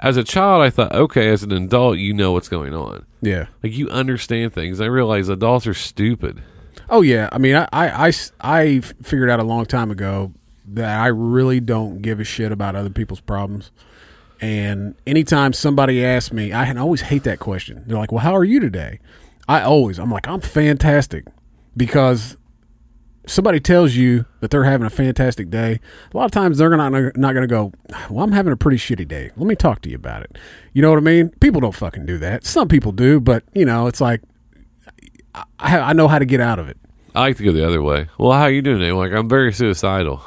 as a child, I thought, okay, as an adult, you know what's going on. yeah. Like you understand things. I realize adults are stupid. Oh yeah. I mean, I, I- I s- I f- figured out a long time ago that I really don't give a shit about other people's problems. And anytime somebody asks me, I always hate that question. They're like, "Well, how are you today?" I always, I'm like, "I'm fantastic," because somebody tells you that they're having a fantastic day. A lot of times they're not not going to go. Well, I'm having a pretty shitty day. Let me talk to you about it. You know what I mean? People don't fucking do that. Some people do, but you know, it's like I, I know how to get out of it. I like to go the other way. Well, how you doing today? Like I'm very suicidal.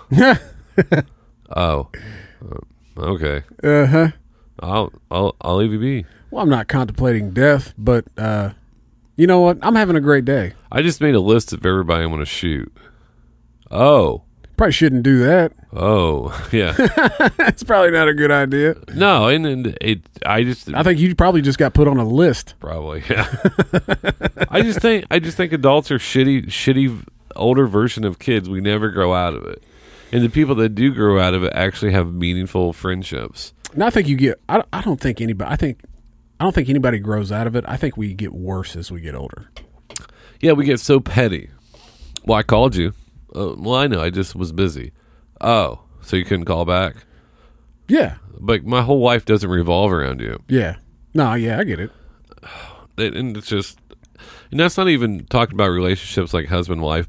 oh, Uh, okay. Uh huh. I'll I'll I'll leave you be. Well, I'm not contemplating death, but uh, you know what? I'm having a great day. I just made a list of everybody I'm gonna shoot. Oh, Probably shouldn't do that. oh, yeah. That's probably not a good idea. no, and, and it. I just I think you probably just got put on a list. probably yeah. I just think I just think adults are shitty shitty older version of kids. We never grow out of it. And the people that do grow out of it actually have meaningful friendships. And I think you get. I, I don't think anybody. I think I don't think anybody grows out of it. I think we get worse as we get older. Yeah, we get so petty. Well, I called you. Uh, well, I know. I just was busy. Oh, so you couldn't call back? Yeah. But my whole life doesn't revolve around you. Yeah. No. Yeah. I get it. It, and it's just, and that's not even talking about relationships like husband, wife,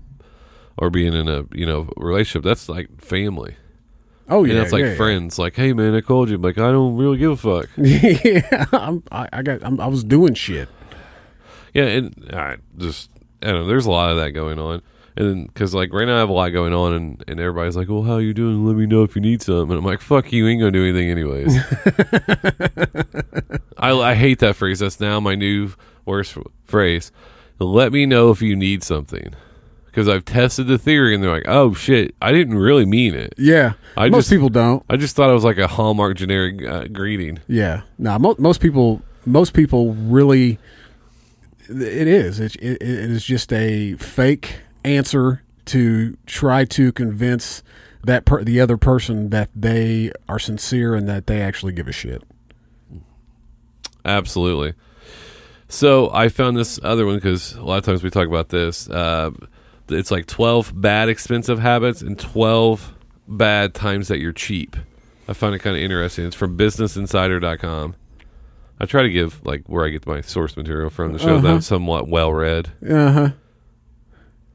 or being in a you know relationship. That's like family. Oh And yeah. that's like yeah, friends. Like, hey man, I called you. Like, I don't really give a fuck. Yeah. yeah. I'm, I, I got. I'm, I was doing shit. Yeah, and I just I don't know. There's a lot of that going on, and because like right now I have a lot going on, and, and everybody's like, "Well, how you doing? Let me know if you need something." And I'm like, "Fuck you, ain't gonna do anything anyways." I I hate that phrase. That's now my new worst phrase. Let me know if you need something, because I've tested the theory, and they're like, "Oh shit, I didn't really mean it. Yeah. I Most just- people don't. I just thought it was like a hallmark generic uh, greeting." Yeah. No, mo- most people most people really it is it, it, it is just a fake answer to try to convince that per- the other person that they are sincere and that they actually give a shit. Absolutely. So I found this other one because a lot of times we talk about this. Uh, it's like 12 bad expensive habits and 12 bad times that you're cheap. I find it kind of interesting. It's from businessinsider.com. I try to give like where I get my source material from to show that I'm somewhat well read. Uh-huh.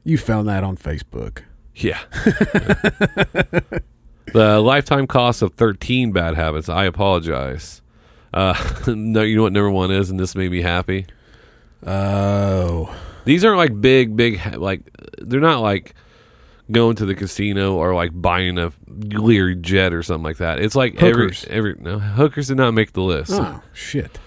You found that on Facebook. Yeah. the lifetime cost of 13 bad habits. I apologize. Uh, no, you know what number one is, and this made me happy. Oh. These aren't like big, big, ha- like, they're not like going to the casino or like buying a Lear jet or something like that. It's like Hookers. every, every, no, hookers did not make the list. Oh, shit.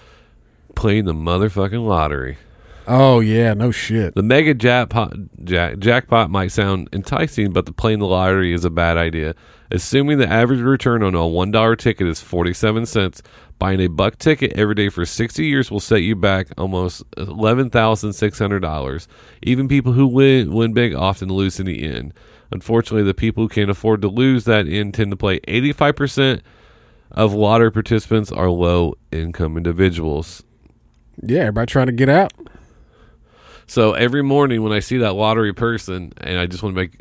Playing the motherfucking lottery. Oh yeah, no shit. The mega jackpot, jack, jackpot might sound enticing, but the playing the lottery is a bad idea. Assuming the average return on a one dollar ticket is forty seven cents, buying a buck ticket every day for sixty years will set you back almost eleven thousand six hundred dollars. Even people who win win big often lose in the end. Unfortunately, the people who can't afford to lose that end tend to play eighty five percent of lottery participants are low income individuals. Yeah, everybody trying to get out. So every morning when I see that lottery person, and I just want to make,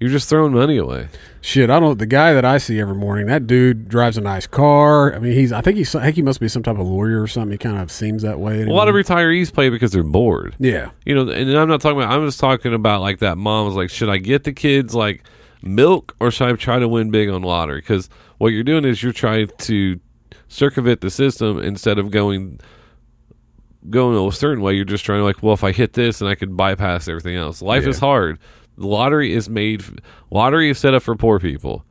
you're just throwing money away. Shit, I don't. The guy that I see every morning, that dude drives a nice car. I mean, he's. I think he's. I think he must be some type of lawyer or something. He kind of seems that way. A anyway. lot of retirees play because they're bored. yeah, You know, and I'm not talking about. I'm just talking about like that mom was like, should I get the kids like milk or should I try to win big on lottery? Because what you're doing is you're trying to circumvent the system instead of going going a certain way. You're just trying to like, well, if I hit this, and I could bypass everything else. Life is hard. The lottery is made. f- Lottery is set up for poor people.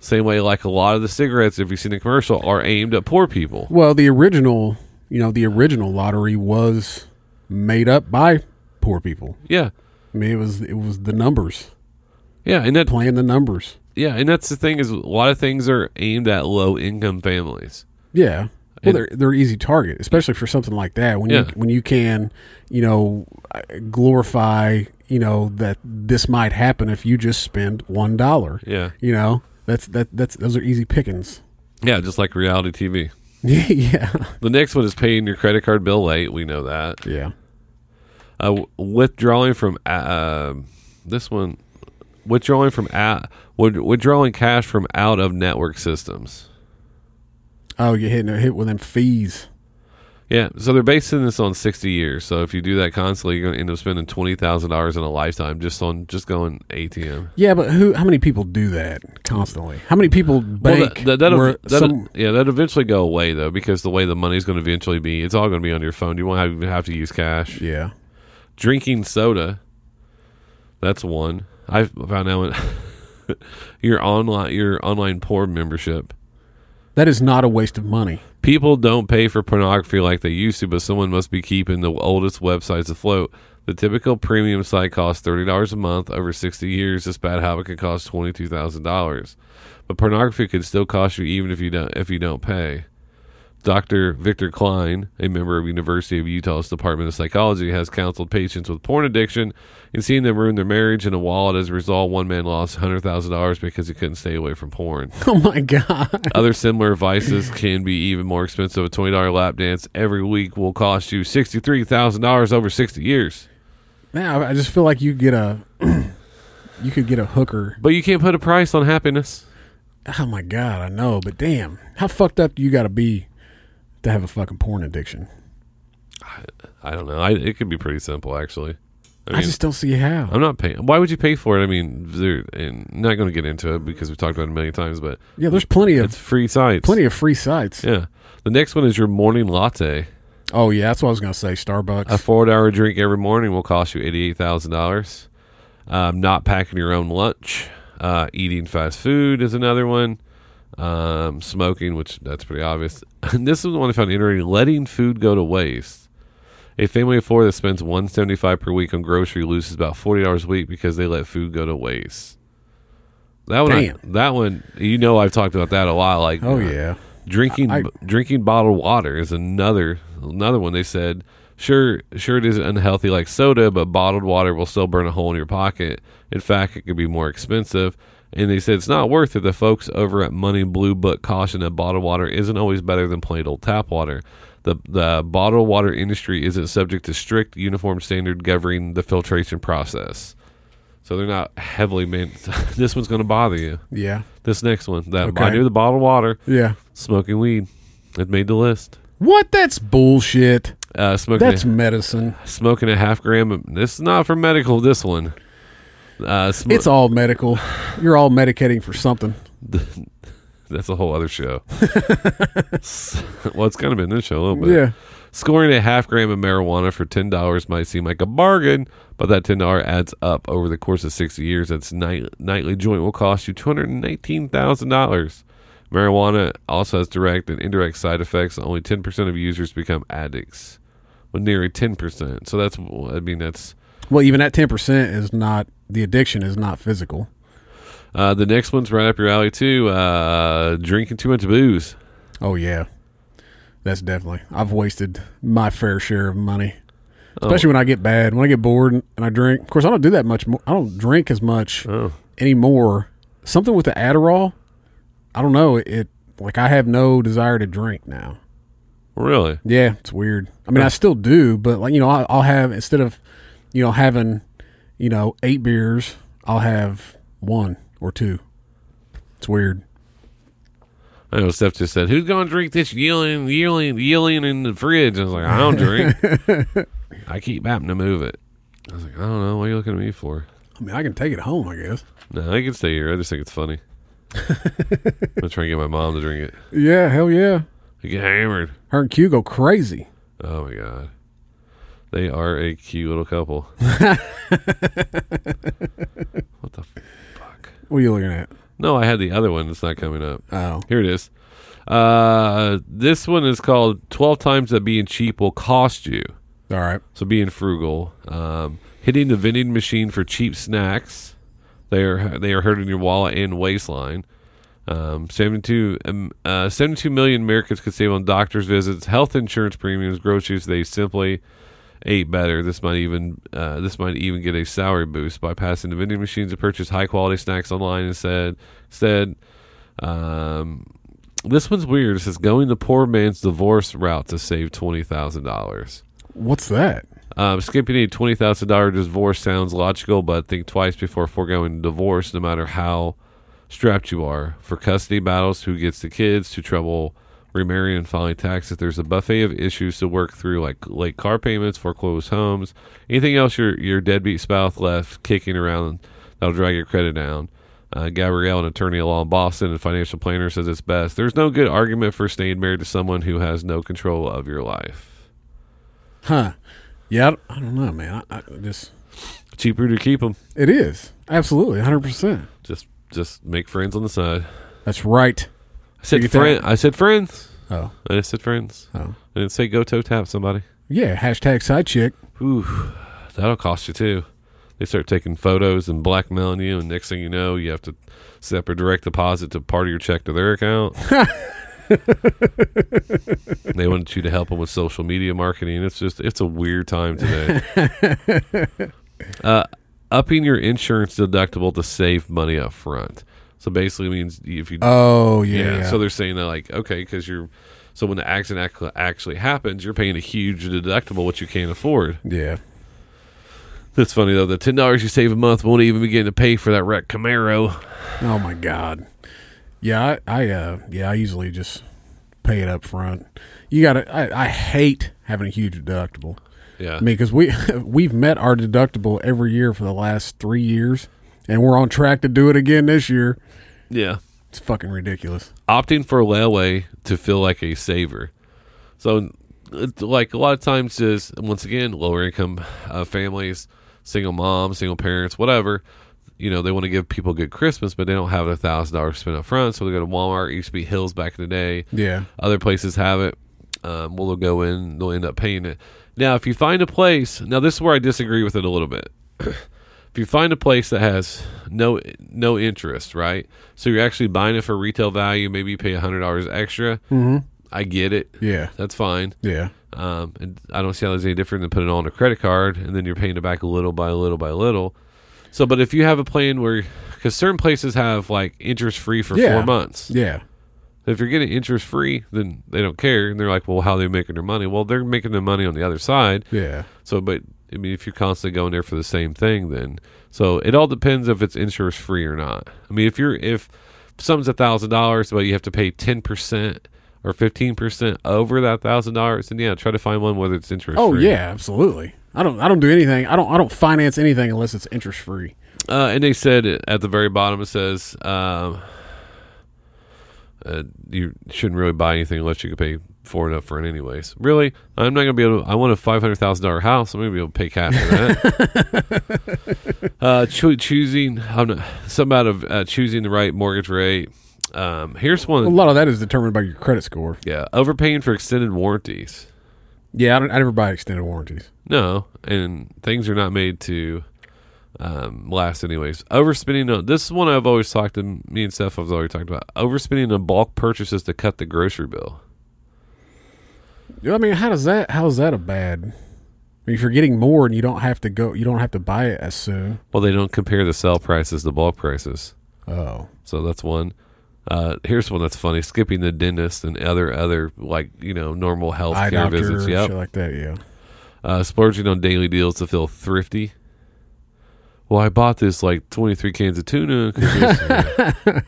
Same way, like a lot of the cigarettes, if you've seen the commercial, are aimed at poor people. Well, the original, you know, the original lottery was made up by poor people. Yeah, I mean, it was it was the numbers yeah, and that playing the numbers. Yeah, and that's the thing is a lot of things are aimed at low income families. Yeah. Well, And- they're they're easy target, especially for something like that. When you Yeah. when you can, you know, uh, glorify, you know, that this might happen if you just spend one dollar. Yeah. You know, that's that that's those are easy pickings. Yeah, just like reality TV. yeah. The next one is paying your credit card bill late. We know that. Yeah. Uh, w- withdrawing from uh, this one, withdrawing from out, with- withdrawing cash from out of network systems. Oh, you're hitting hit with them fees. Yeah, so they're basing this on sixty years. So if you do that constantly, you're going to end up spending twenty thousand dollars in a lifetime just on just going ATM. Yeah, but who? How many people do that constantly? How many people bank? that, that, where that, some- yeah, that'd eventually go away though, because the way the money's going to eventually be, it's all going to be on your phone. You won't have, have to use cash. yeah. Drinking soda, that's one. I found out when your online your online porn membership. That is not a waste of money. People don't pay for pornography like they used to, but someone must be keeping the oldest websites afloat. The typical premium site costs thirty dollars a month over sixty years. This bad habit could cost twenty two thousand dollars, but pornography could still cost you even if you don't if you don't pay. Dr. Victor Klein, a member of University of Utah's Department of Psychology, has counseled patients with porn addiction and seen them ruin their marriage and a wallet. As a result, one man lost hundred thousand dollars because he couldn't stay away from porn. Oh my god. Other similar vices can be even more expensive. A twenty dollar lap dance every week will cost you sixty three thousand dollars over sixty years. Now I just feel like you get a, you could get a hooker. But you can't put a price on happiness. Oh my god, I know. But damn, how fucked up do you got to be to have a fucking porn addiction? I don't know. I, it could be pretty simple, actually. I, I mean, just don't see how. I'm not paying. Why would you pay for it? I mean, they're and not going to get into it because we've talked about it a million times. But yeah, there's plenty it's of free sites. plenty of free sites. Yeah. The next one is your morning latte. Oh yeah, that's what I was gonna say. Starbucks. A four-hour drink every morning will cost you eighty-eight thousand dollars. Um, not packing your own lunch, uh, eating fast food is another one. Um, smoking, which that's pretty obvious. And this is the one I found interesting: letting food go to waste. A family of four that spends one seventy-five per week on grocery loses about forty dollars a week because they let food go to waste. That one, I- Damn. that one, you know, I've talked about that a lot. Like, oh uh, yeah. Drinking I- drinking bottled water is another another one. They said sure sure it is unhealthy like soda, but bottled water will still burn a hole in your pocket. In fact, it could be more expensive. And they said it's not worth it. The folks over at Money Blue Book caution that bottled water isn't always better than plain old tap water. The the bottled water industry isn't subject to strict uniform standard governing the filtration process. So they're not heavily meant. this one's going to bother you. Yeah. This next one, that I Okay. knew the bottled water Yeah. smoking weed. It made the list. What? That's bullshit. Uh, smoking That's a, medicine. smoking a half gram. Of, this is not for medical. This one. Uh, smo- It's all medical. You're all medicating for something. that's a whole other show. S- well, it's kind of been this show a little bit. Yeah. Scoring a half gram of marijuana for ten dollars might seem like a bargain, but that ten dollar adds up over the course of sixty years. That's night- nightly joint will cost you two hundred nineteen thousand dollars. Marijuana also has direct and indirect side effects. Only ten percent of users become addicts. with nearly ten percent. So that's I mean that's Well, even at ten percent is not the addiction is not physical. uh, the next one's right up your alley too. Uh, drinking too much booze. Oh yeah, that's definitely. I've wasted my fair share of money, especially when I get bad, when I get bored and and I drink. Of course, I don't do that much. More, I don't drink as much anymore. Something with the Adderall. I don't know. It, it like I have no desire to drink now. Really? Yeah, it's weird. I mean, I still do, but like you know, I'll, I'll have instead of you know having you know eight beers, I'll have one or two. It's weird. I know Steph just said, "Who's gonna drink this yelling, yelling, yelling in the fridge?" I was like, "I don't drink. I keep having to move it." I was like, "I don't know. What are you looking at me for?" I mean, I can take it home, I guess. No, I can stay here. I just think it's funny. I'm gonna try and get my mom to drink it. Yeah, hell yeah. I get hammered. Her and Q go crazy. Oh my god, they are a cute little couple. what the fuck? What are you looking at? No, I had the other one. It's not coming up. Oh, Here it is. Uh, this one is called 12 Times That Being Cheap Will Cost You. all right. So being frugal, um, hitting the vending machine for cheap snacks, they are they are hurting your wallet and waistline. Um, 72, um, uh, 72 million Americans could save on doctor's visits, health insurance premiums, groceries. They simply ate better. This might even uh, this might even get a salary boost by passing the vending machines to purchase high quality snacks online instead. Instead, um, this one's weird. It says going the poor man's divorce route to save twenty thousand dollars. What's that? Um, skipping a twenty thousand dollar divorce sounds logical, but think twice before foregoing divorce, no matter how strapped you are for custody battles, who gets the kids, to trouble remarrying and filing taxes. There's a buffet of issues to work through, like late car payments, foreclosed homes, anything else your your deadbeat spouse left kicking around that'll drag your credit down. Uh, Gabrielle, an attorney at law in Boston and financial planner, says it's best. There's no good argument for staying married to someone who has no control of your life. Huh? Yeah, I don't- I don't know, man. I, I just Cheaper to keep them. it is absolutely 100. percent just just make friends on the side. That's right. I said You friend. think- I said friends. Oh, I just said friends. oh, I didn't say go toe tap somebody. yeah. Hashtag side chick. Ooh, that'll cost you too. They start taking photos and blackmailing you, and next thing you know, you have to set up a direct deposit to part of your check to their account. they want you to help them with social media marketing. It's just it's a weird time today. uh, upping your insurance deductible to save money up front. So basically means if you Oh yeah. yeah. So they're saying that like, okay, because you're, so when the accident ac- actually happens, you're paying a huge deductible, which you can't afford. yeah. That's funny though. The ten dollars you save a month won't even begin to pay for that wrecked Camaro. Oh my god. Yeah, I, I uh yeah, I usually just pay it up front. You got to I, I hate having a huge deductible. Yeah. I mean, cuz we we've met our deductible every year for the last 3 years and we're on track to do it again this year. Yeah. It's fucking ridiculous. Opting for a layaway to feel like a saver. So, it's like a lot of times, is once again, lower income uh, families, single moms, single parents, whatever. You know, they want to give people a good Christmas, but they don't have a thousand dollars spent up front. So they go to Walmart. It used to be Hills back in the day. Yeah. Other places have it. Um, well, they'll go in, they'll end up paying it. Now, if you find a place, now this is where I disagree with it a little bit. if you find a place that has no no interest, right? So you're actually buying it for retail value. Maybe you pay hundred dollars extra. Mm-hmm. I get it. Yeah. That's fine. Yeah. Um, and I don't see how there's any different than putting it on a credit card and then you're paying it back little by little by little. So, but if you have a plan where, because certain places have like interest free for Yeah. four months, Yeah. if you're getting interest free, then they don't care, and they're like, "Well, how are they making their money?" Well, they're making their money on the other side. Yeah. So, but I mean, if you're constantly going there for the same thing, then so it all depends if it's interest free or not. I mean, if you're if some's a thousand dollars, but you have to pay ten percent or fifteen percent over that thousand dollars, then yeah, try to find one whether it's interest. Oh free. yeah, absolutely. I don't I don't do anything. I don't I don't finance anything unless it's interest free. Uh, and they said at the very bottom, it says um, uh, you shouldn't really buy anything unless you can pay for it up front, anyways. Really, I'm not gonna be able. To, I want a five hundred thousand dollar house. I'm gonna be able to pay cash for that. uh, cho- choosing, I'm not, some out of uh, choosing the right mortgage rate. Um, here's A one. lot of that is determined by your credit score. Yeah, overpaying for extended warranties. Yeah, I, don't, I never buy extended warranties. No, and things are not made to um, last, anyways. Overspending on this is one I've always talked to me and Steph. I've already talked about overspending on bulk purchases to cut the grocery bill. You know, I mean, how does that? How is that a bad? I mean, if you're getting more and you don't have to go, you don't have to buy it as soon. Well, they don't compare the sale prices to bulk prices, Oh, so that's one. Uh, here's one that's funny: skipping the dentist and other other like you know normal health eye care doctor, visits. shit Yep. like that. Yeah. uh, splurging on daily deals to feel thrifty. Well, I bought this like 23 cans of tuna. 'cause it's-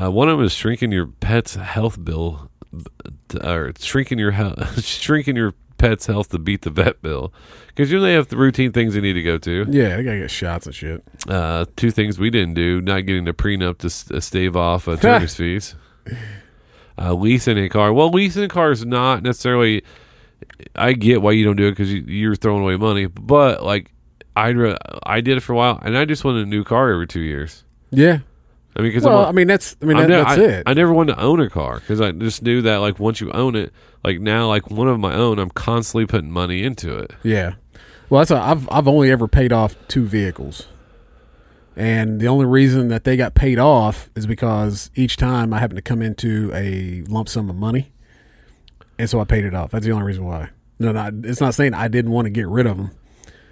uh, one of them is shrinking your pet's health bill, b- t- or shrinking your health, shrinking your pet's health to beat the vet bill. Because you know they have the routine things they need to go to. Yeah, they gotta get shots and shit. Uh, two things we didn't do: not getting a prenup to s- uh, stave off attorney's fees. Uh, leasing a car. Well, leasing a car is not necessarily. I get why you don't do it because you, you're throwing away money. But like, I re- I did it for a while, and I just wanted a new car every two years. Yeah. I mean, because Well, I mean, that's. I mean, that, that's I, it. I never wanted to own a car because I just knew that like once you own it, like now like one of my own, I'm constantly putting money into it. Yeah. Well, that's a, I've I've only ever paid off two vehicles, and the only reason that they got paid off is because each time I happened to come into a lump sum of money, and so I paid it off. That's the only reason why. No, not it's not saying I didn't want to get rid of them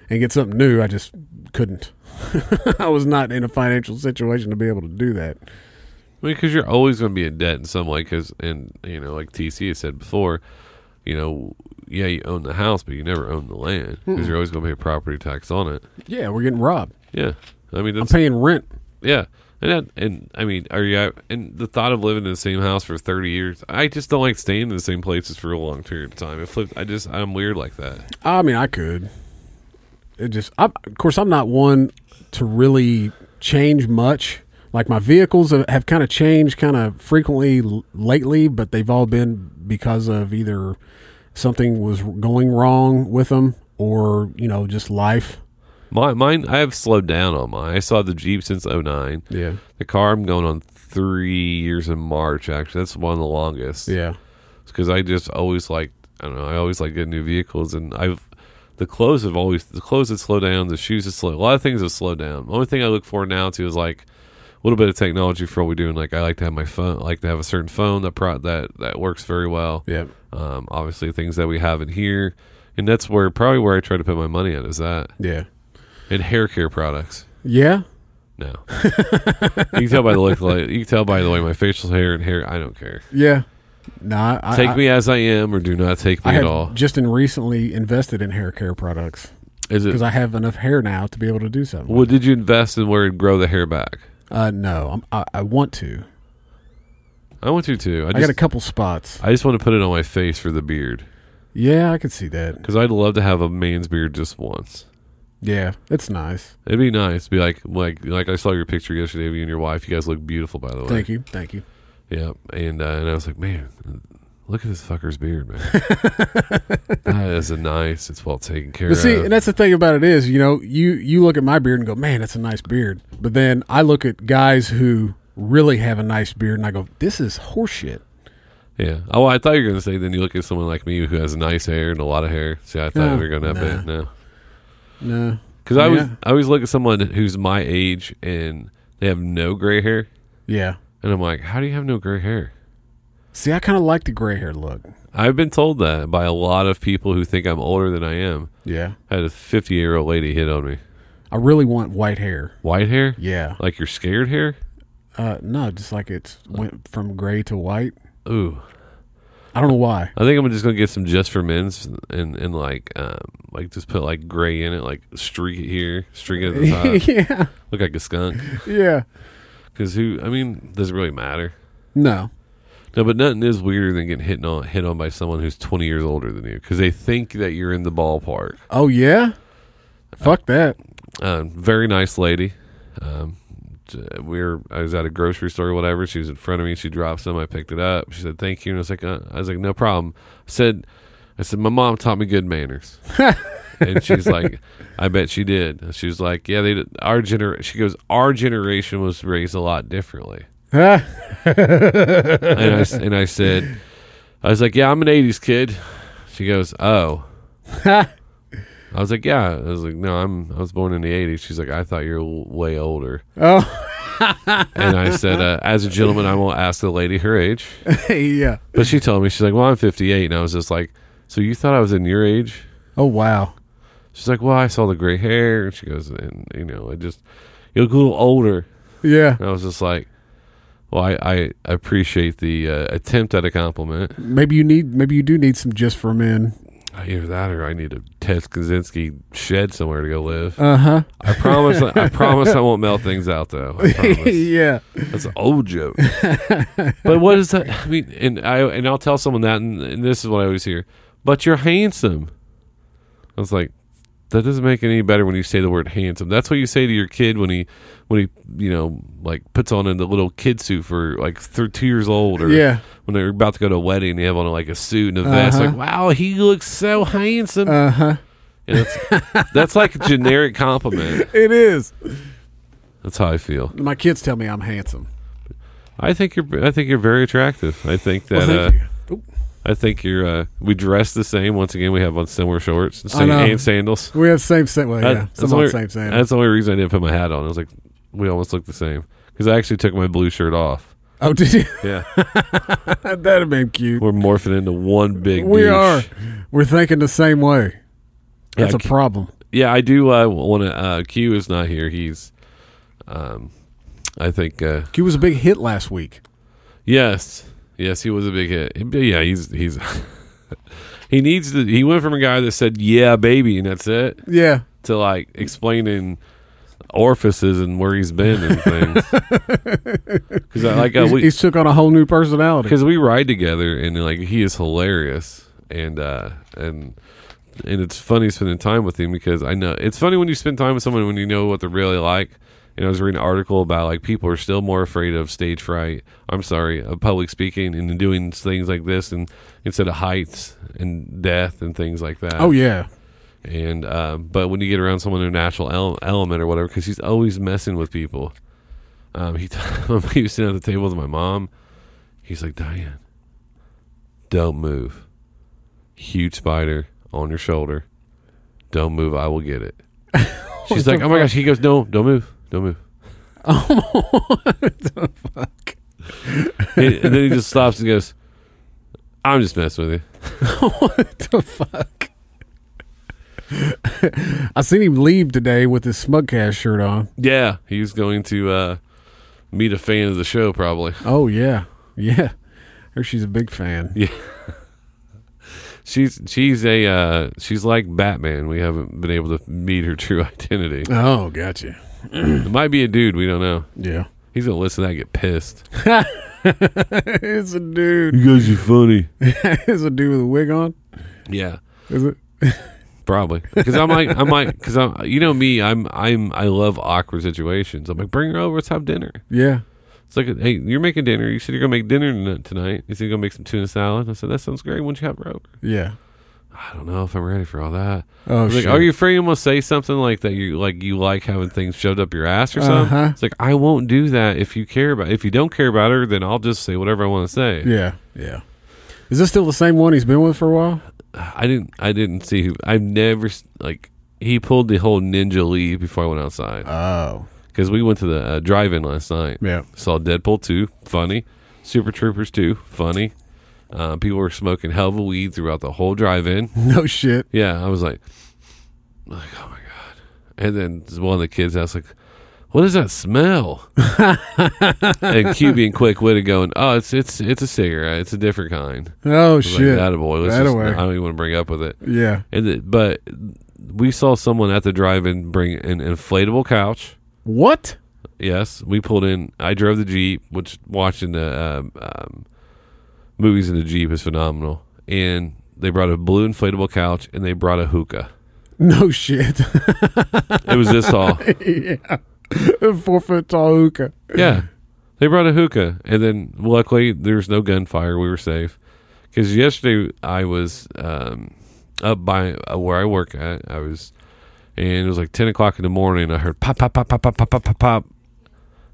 and get something new. I just couldn't. I was not in a financial situation to be able to do that. I mean, because you're always going to be in debt in some way. Because, and you know, like TC has said before, you know, yeah, you own the house, but you never own the land because you're always going to pay property tax on it. Yeah, we're getting robbed. Yeah, I mean, I'm that's, paying rent. yeah, and that, and I mean, are you? And the thought of living in the same house for 30 years, I just don't like staying in the same places for a long period of time. It flipped. I just, I'm weird like that. I mean, I could. It just, I, of course, I'm not one to really change much. Like my vehicles have, have kind of changed kind of frequently l- lately, but they've all been because of either something was going wrong with them or you know just life. My mine, I have slowed down on mine. I saw the Jeep since 09. Yeah, The car, I'm going on three years in March. Actually, that's one of the longest. yeah, because I just always like I don't know I always like getting new vehicles and I've the clothes have always the clothes that slow down the shoes that slow a lot of things have slowed down. The only thing I look for now to is like a little bit of technology for what we're doing. Like I like to have my phone, I like to have a certain phone that pro- that that works very well. yeah. Um, obviously things that we have in here, and that's where probably where I try to put my money at is that Yeah, and hair care products. yeah. No, you can tell by the look. Like you can tell by the way my facial hair and hair. I don't care. Yeah. Nah, I, Take I, me as I am, or do not take me I at have all. just in recently invested in hair care products Is it because I have enough hair now to be able to do something. Well, did you invest in where it'd grow the hair back? Uh, no, I'm, I, I want to. I want you to. I I just, got I, a couple spots. just want to put it on my face for the beard Yeah, I could see that. because I'd love to have a man's beard just once. Yeah, it's nice. It'd be nice to be like, like, like I saw your picture yesterday of you and your wife. You guys look beautiful, by the way. Thank you, thank you. Yeah, and uh, and I was like, man, look at this fucker's beard, man. that is a nice. It's well taken care But see, of. and that's the thing about it is, you know, you you look at my beard and go, man, that's a nice beard. But then I look at guys who really have a nice beard and I go, this is horseshit. yeah. Oh, I thought you were gonna say. Then you look at someone like me who has nice hair and a lot of hair. See, I thought No, you were gonna nah. have it. No. No, Because I always Yeah. I always look at someone who's my age and they have no gray hair, yeah. and I'm like, how do you have no gray hair? See, I kind of like the gray hair look. I've been told that by a lot of people who think I'm older than I am. Yeah, I had a 50 year old lady hit on me. I really want white hair. White hair? Yeah, Like you're scared hair? uh, no, just like it's went from gray to white. Ooh, I don't know why. I think I'm just gonna get some just for men's and and like um like just put like gray in it, like streak it here, streak it at the top, yeah, look like a skunk. yeah. Because who? I mean, does it really matter? No, No, but nothing is weirder than getting hit on hit on by someone who's 20 years older than you because they think that you're in the ballpark. oh yeah, fuck that. Um, very nice lady. Um, t- we were I was at a grocery store or whatever. She was in front of me. She dropped some. I picked it up. She said thank you, and I was like uh, I was like no problem. I said I said my mom taught me good manners, and she's like I bet she did. And She was like yeah they did. our gener she goes our generation was raised a lot differently. Ah. and I and I said, I was like, yeah, I'm an '80s kid. She goes, "Oh." I was like, "Yeah." I was like, "No, I'm. I was born in the '80s." She's like, "I thought you were l- way older." Oh, And I said, uh, "As a gentleman, I won't ask the lady her age." yeah. But she told me she's like, "Well, I'm 58," and I was just like, "So you thought I was in your age?" Oh, wow. She's like, "Well, I saw the gray hair." And she goes, "And you know, it just you look a little older." Yeah. And I was just like, "Well, I, I appreciate the uh, attempt at a compliment." Maybe you need. Maybe you do need some just for men. Either that, or I need a Ted Kaczynski shed somewhere to go live. Uh huh. I promise. I promise I won't melt things out though. I promise. yeah. That's an old joke. but what is that? I mean, and I and I'll tell someone that, and, and this is what I always hear. But you're handsome. I was like, that doesn't make it any better when you say the word handsome. That's what you say to your kid when he when he you know like puts on in the little kid suit for like th- two years old or Yeah. when they're about to go to a wedding and they have on like a suit and a vest. Uh-huh. Like, wow, he looks so handsome. Uh huh. And that's, that's like a generic compliment. It is. That's how I feel. My kids tell me I'm handsome. I think you're. I think you're very attractive. I think that. Well, uh, thank you. Oop. I think you're. Uh, we dress the same. Once again, we have on similar shorts and, I know. and sandals. We have same same. Well, That- yeah, that's some the on only- same same. That's the only reason I didn't put my hat on. I was like, we almost look the same because I actually took my blue shirt off. oh, did you? Yeah, That'd have been cute. we're morphing into one big. We douche. are. We're thinking the same way. Yeah, That's a Q- problem. Yeah, I do uh, want to. Uh, Q is not here. He's. Um, I think. Uh, Q was a big hit last week. Yes, yes, he was a big hit. But Yeah, he's he's he needs to. He went from a guy that said "Yeah, baby" and that's it Yeah, to like explaining orifices and where he's been and things. Because I like uh, he's, we he's took on a whole new personality. because we ride together and like he is hilarious and uh and. And it's funny spending time with him because I know it's funny when you spend time with someone when you know what they're really like. And I was reading an article about like people are still more afraid of stage fright. I'm sorry, of public speaking and doing things like this, and instead of heights and death and things like that. Oh yeah, And um, but when you get around someone in their natural ele- element or whatever, because he's always messing with people. Um, he, t- he was sitting at the table with my mom. He's like, Diane, don't move. Huge spider on your shoulder. Don't move. I will get it. She's like, oh my gosh. He goes, no, don't move, don't move. Oh, what the fuck. And then he just stops and goes, I'm just messing with you. the fuck. I seen him leave today with his smugcast shirt on. Yeah, he's going to uh, meet a fan of the show probably. Oh yeah, yeah. Or she's a big fan. She's she's a uh, she's like Batman. We haven't been able to meet her true identity. Oh, gotcha. It might be a dude. We don't know. Yeah, He's gonna listen to that and get pissed. it's a dude. You guys are funny. it's a dude with a wig on. Yeah, Is it? probably. Because I'm like I'm like because I'm you know me. I'm I'm I love awkward situations. I'm like bring her over. Let's have dinner. Yeah. It's like hey, you're making dinner. You said you're gonna make dinner tonight- tonight. You said you're gonna make some tuna salad. I said that sounds great. Why don't you have her over? Yeah. I don't know if I'm ready for all that. Oh, I was like, shit. are you afraid I'm gonna say something like that? You like you like having things shoved up your ass or something? Uh-huh. It's like I won't do that if you care about. If you don't care about her, then I'll just say whatever I want to say. Yeah. Yeah. Is this still the same one he's been with for a while? I didn't. I didn't see who. I've never s- like he pulled the whole ninja leave before I went outside Oh. because we went to the uh, drive-in last night. Yeah. Saw Deadpool two, funny. Super Troopers two, funny. Uh, people were smoking hell of a weed throughout the whole drive-in. No shit. Yeah, I was like, like, oh my god! And then this one of the kids asked, like, what is that smell? and Q being quick witted, going, oh, it's it's it's a cigarette. It's a different kind. Oh I was like, shit. that boy. Let's just, Attaboy. I don't even want to bring up with it. yeah. And the, but we saw someone at the drive-in bring an inflatable couch. What? Yes, we pulled in. I drove the jeep, which watching the um, um, movies in the jeep is phenomenal. And they brought a blue inflatable couch, and they brought a hookah. No shit. It was this tall. yeah. Four foot tall hookah. Yeah. They brought a hookah. And then luckily there was no gunfire. We were safe. Because yesterday I was um, up by uh, where I work at. I was, and it was like 10 o'clock in the morning. I heard pop, pop, pop, pop, pop, pop, pop, pop, pop.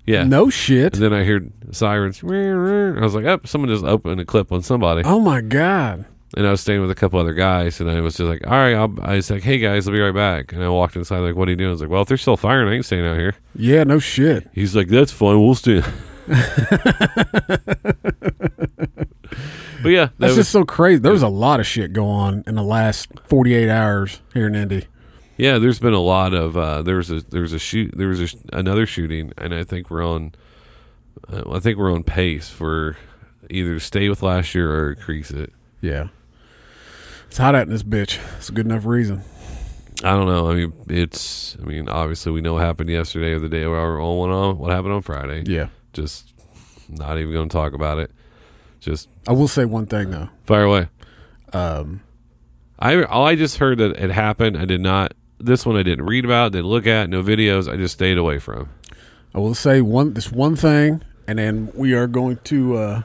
Yeah. No shit. And then I heard sirens. I was like, oh, someone just opened a clip on somebody. Oh my god. and I was staying with a couple other guys, and I was just like, all right, I'll, I was like, hey guys, I'll be right back. And I walked inside, like, what are you doing? I was like, well, if they're still firing, I ain't staying out here. Yeah, no shit. He's like, that's fine, we'll stay. but yeah, that That's was, just so crazy. There was a lot of shit going on in the last 48 hours here in Indy. yeah. There's been a lot of uh, there was a there was a shoot there was a, sh- another shooting, and I think we're on. Uh, I think we're on pace for either stay with last year or increase it. Yeah. It's hot out in this bitch. It's a good enough reason. I don't know. I mean, it's. I mean, obviously, we know what happened yesterday or the day where all went on. What happened on Friday? Yeah. Just not even going to talk about it. Just I will say one thing though. fire away. Um, I all I just heard that it happened. I did not. This one I didn't read about. Didn't look at. No videos. I just stayed away from. I will say one this one thing, and then we are going to uh,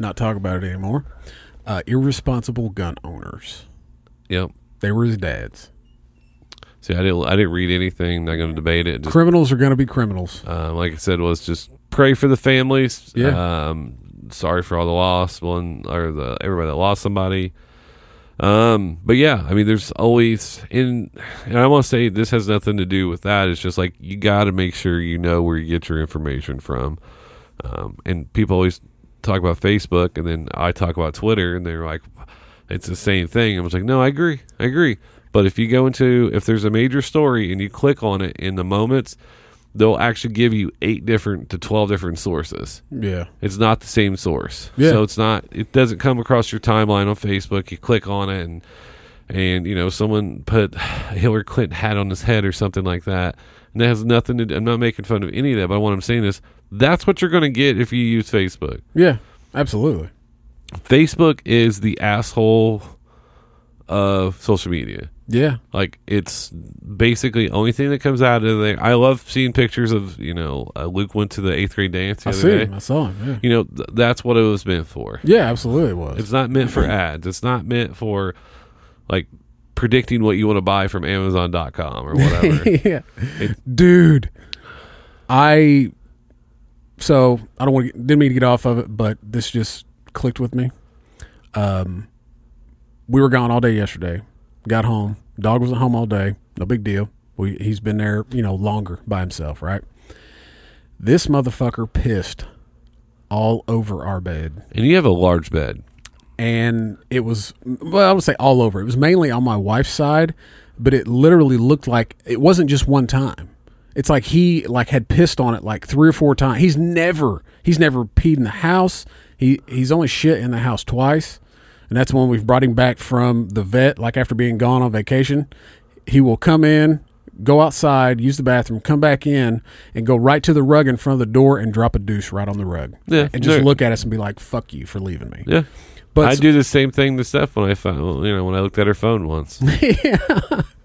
not talk about it anymore. Uh, irresponsible gun owners. Yep. They were his dad's. See, I didn't. I didn't read anything. Not going to debate it. Just, Criminals are going to be criminals. um, like I said, was just pray for the families. Yeah. Um, sorry for all the loss. One or the everybody that lost somebody. Um, but yeah, I mean, there's always in, and I want to say this has nothing to do with that. It's just like you got to make sure you know where you get your information from. Um, and people always talk about Facebook, and then I talk about Twitter, and they're like, it's the same thing. I was like, no, I agree, I agree. But if you go into if there's a major story and you click on it in the moments, they'll actually give you eight different to twelve different sources. Yeah. It's not the same source. Yeah. So it's not it doesn't come across your timeline on Facebook. You click on it and and you know someone put a Hillary Clinton hat on his head or something like that. And that has nothing to do, I'm not making fun of any of that, but what I'm saying is that's what you're going to get if you use Facebook. Yeah. Absolutely. Facebook is the asshole of social media. Yeah. Like it's basically only thing that comes out of there. I love seeing pictures of you know uh, Luke went to the eighth grade dance the I other see day. him. I saw him. Yeah. You know th- that's what it was meant for. Yeah, absolutely it was. It's not meant Mm-hmm. for ads. It's not meant for like predicting what you want to buy from Amazon.com or whatever. yeah. Dude, I so I don't want to didn't mean to get off of it, but this just clicked with me. Um we were gone all day yesterday. Got home. Dog was at home all day. No big deal. We he's been there, you know, longer by himself, right? This motherfucker pissed all over our bed. and you have a large bed. And it was well, I would say all over. It was mainly on my wife's side, but it literally looked like it wasn't just one time. It's like he like had pissed on it like three or four times. He's never he's never peed in the house. He he's only shit in the house twice. And that's when we've brought him back from the vet, like after being gone on vacation. He will come in, go outside, use the bathroom, come back in, and go right to the rug in front of the door and drop a deuce right on the rug. Yeah, And just there- look at us and be like, fuck you for leaving me. Yeah. But I do the same thing to Steph when I found, you know, when I looked at her phone once. yeah.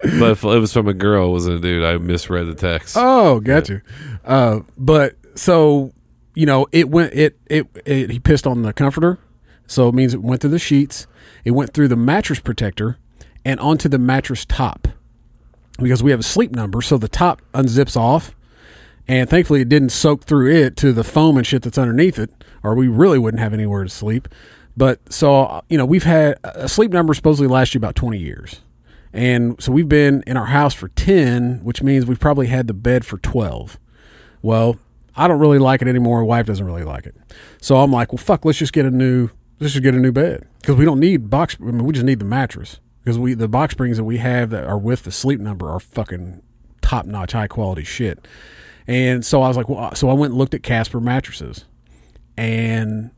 But if it was from a girl, it wasn't a dude. I misread the text. Oh, got you. Uh, but so you know, it went. It, it it he pissed on the comforter, so it means it went through the sheets. It went through the mattress protector and onto the mattress top because we have a sleep number, so the top unzips off. And thankfully, it didn't soak through it to the foam and shit that's underneath it, or we really wouldn't have anywhere to sleep. But so, you know, we've had a sleep number supposedly lasts you about 20 years. And so we've been in our house for 10, which means we've probably had the bed for 12. Well, I don't really like it anymore. My wife doesn't really like it. So I'm like, well, fuck, let's just get a new, let's just get a new bed because we don't need box. I mean, we just need the mattress because we, the box springs that we have that are with the sleep number are fucking top notch, high quality shit. And so I was like, well, so I went and looked at Casper mattresses and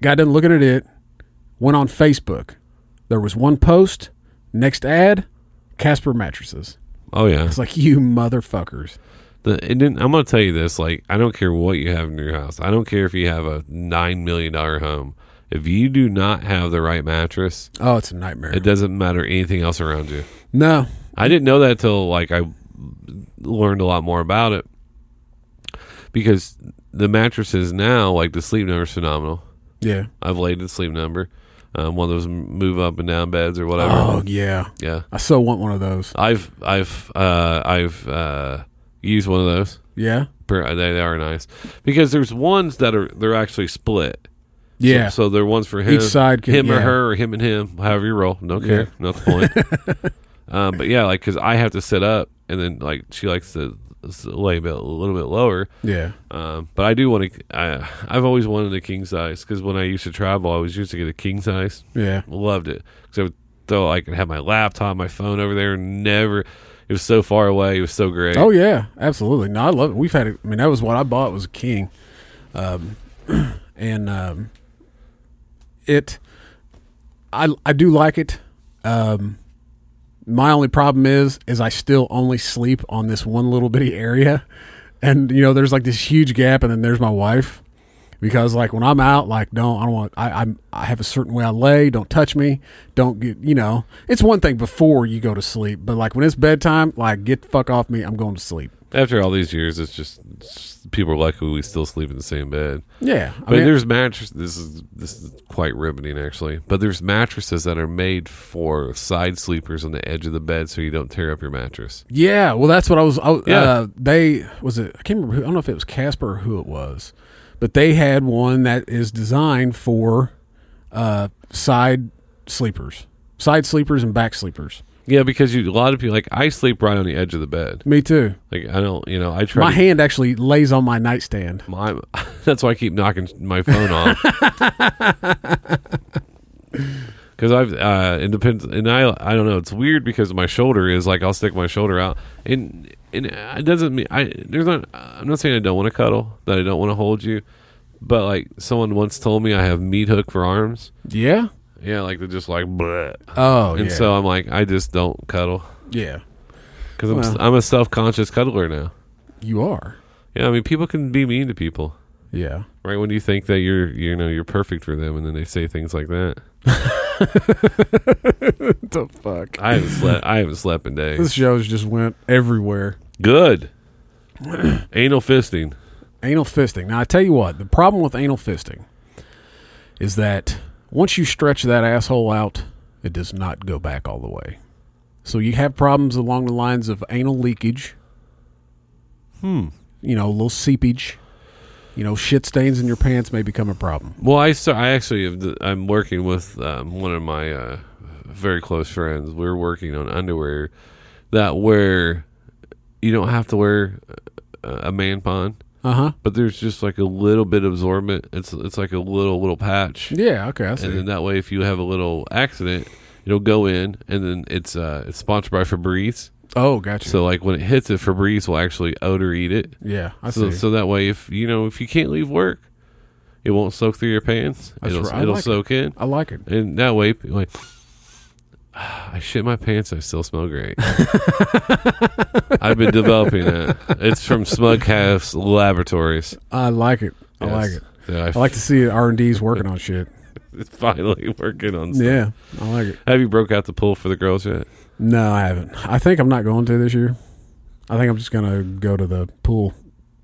got done looking at it, went on Facebook. There was one post, next ad, Casper mattresses. oh yeah. It's like, you motherfuckers. The, and then I'm gonna tell you this: like, I don't care what you have in your house. I don't care if you have a nine million dollar home. If you do not have the right mattress, Oh, it's a nightmare. it doesn't matter anything else around you. No. I didn't know that till like I learned a lot more about it because the mattresses now, like the sleep number, is phenomenal. Yeah. I've laid in sleep number, um, one of those move up and down beds or whatever. Oh, yeah. Yeah, I so want one of those. I've I've uh, I've uh, used one of those. Yeah. Per- They, they are nice because there's ones that are they're actually split. Yeah. So, so they're ones for him, Each side can- him or yeah. her, or him and him, however you roll. No care, not the point. um, but yeah, like because I have to sit up, and then like she likes to s- lay a, bit, a little bit lower. yeah. Um, but I do want to. I I've always wanted a king size because when I used to travel, I was used to get a king size. Yeah. Loved it because I would throw I could have my laptop, my phone over there. and Never. It was so far away. It was so great. Oh yeah, absolutely. No, I love it. We've had it. I mean, that was what I bought was a king, um, and um, it. I I do like it. Um, my only problem is is I still only sleep on this one little bitty area, and you know there's like this huge gap, and then there's my wife. Because like when I'm out, like no, I don't want. I I'm, I have a certain way I lay. Don't touch me. Don't get you know. It's one thing before you go to sleep, but like when it's bedtime, like get the fuck off me. I'm going to sleep. After all these years, it's just it's- people are lucky we still sleep in the same bed. Yeah, I But mean, there's mattress. This is this is quite riveting, actually. But there's mattresses that are made for side sleepers on the edge of the bed, so you don't tear up your mattress. Yeah, well, that's what I was. I, Yeah. uh, they was it. I can't remember. Who, I don't know if it was Casper or who it was, but they had one that is designed for uh, side sleepers, side sleepers, and back sleepers. Yeah, because you a lot of people like I sleep right on the edge of the bed. Me too. Like I don't, you know, I try. My to- hand actually lays on my nightstand. my that's why I keep knocking my phone off. Because I've uh, it depends, and I I don't know. It's weird because my shoulder is like I'll stick my shoulder out, and and it doesn't mean I there's not. I'm not saying I don't want to cuddle, that I don't want to hold you, but like someone once told me I have meat hook for arms. Yeah. Yeah, like they're just like bleh. Oh, and yeah. so I'm like I just don't cuddle yeah, because I'm Well. I'm a self conscious cuddler now. you are. Yeah, I mean people can be mean to people. Yeah. Right when you think that you're you know you're perfect for them, and then they say things like that. The fuck. I haven't slept. I haven't slept in This days. show's just went everywhere. Good. Anal fisting. Anal fisting. Now I tell you what, the problem with anal fisting is that once you stretch that asshole out, it does not go back all the way. So you have problems along the lines of anal leakage. Hmm. You know, a little seepage. You know, shit stains in your pants may become a problem. Well, I start, I actually have, I'm working with um, one of my uh, very close friends. We're working on underwear that where you don't have to wear a, a man pond, Uh huh. but there's just like a little bit of absorbent. It's it's like a little little patch. Yeah. Okay. I and see. then that way if you have a little accident it'll go in and then it's uh it's sponsored by Febreze Oh, gotcha. so like when it hits it Febreze will actually odor eat it yeah, I so see. so that way if you know if you can't leave work it won't soak through your pants That's it'll, right. I it'll like soak in I like it. and that way people like I shit my pants. I still smell great. I've been developing it. It's from Smug Calf's Laboratories. I like it. I Yes. like it. Yeah, I, I like to see R and D's working on shit. finally working on. Stuff. Yeah, I like it. Have you broke out the pool for the girls yet? No, I haven't. I think I'm not going to this year. I think I'm just going to go to the pool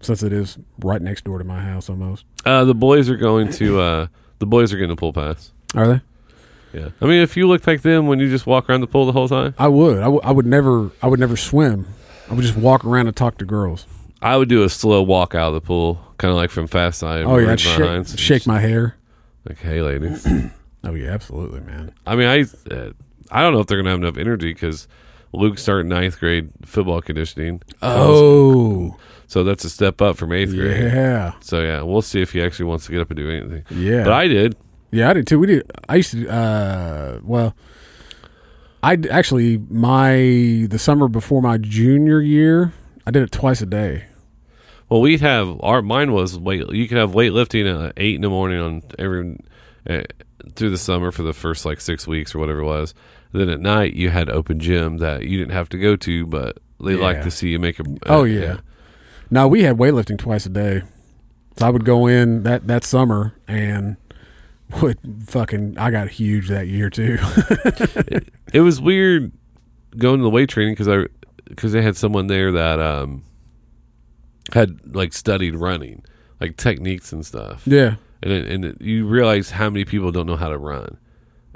since it is right next door to my house almost. Uh, the boys are going to. Uh, the boys are getting a pool pass. Are they? Yeah, I mean, if you look like them when you just walk around the pool the whole time, I would. I, w- I would never I would never swim. I would just walk around and talk to girls. I would do a slow walk out of the pool, kind of like from Fast Time. Oh yeah, I'd Marine shake, Behinds. shake my hair. Like, hey, ladies. Oh yeah, absolutely, man. I mean, I, uh, I don't know if they're gonna have enough energy because Luke's starting ninth grade football conditioning, Oh. so that's a step up from eighth grade. Yeah. So yeah, we'll see if he actually wants to get up and do anything. Yeah. But I did. Yeah, I did too. We did. I used to. Uh, well, I d- actually my the summer before my junior year, I did it twice a day. Well, we'd have our mine was weight. You could have weightlifting at eight in the morning on every uh, through the summer for the first like six weeks or whatever it was. Then at night you had open gym that you didn't have to go to, but they like Yeah. to see you make a. eh, Oh yeah. No, we had weightlifting twice a day. So I would go in that that summer and would fucking I got huge that year too. it was weird going to the weight training because I because they had someone there that um had like studied running like techniques and stuff. yeah. and it, and it, you realize how many people don't know how to run.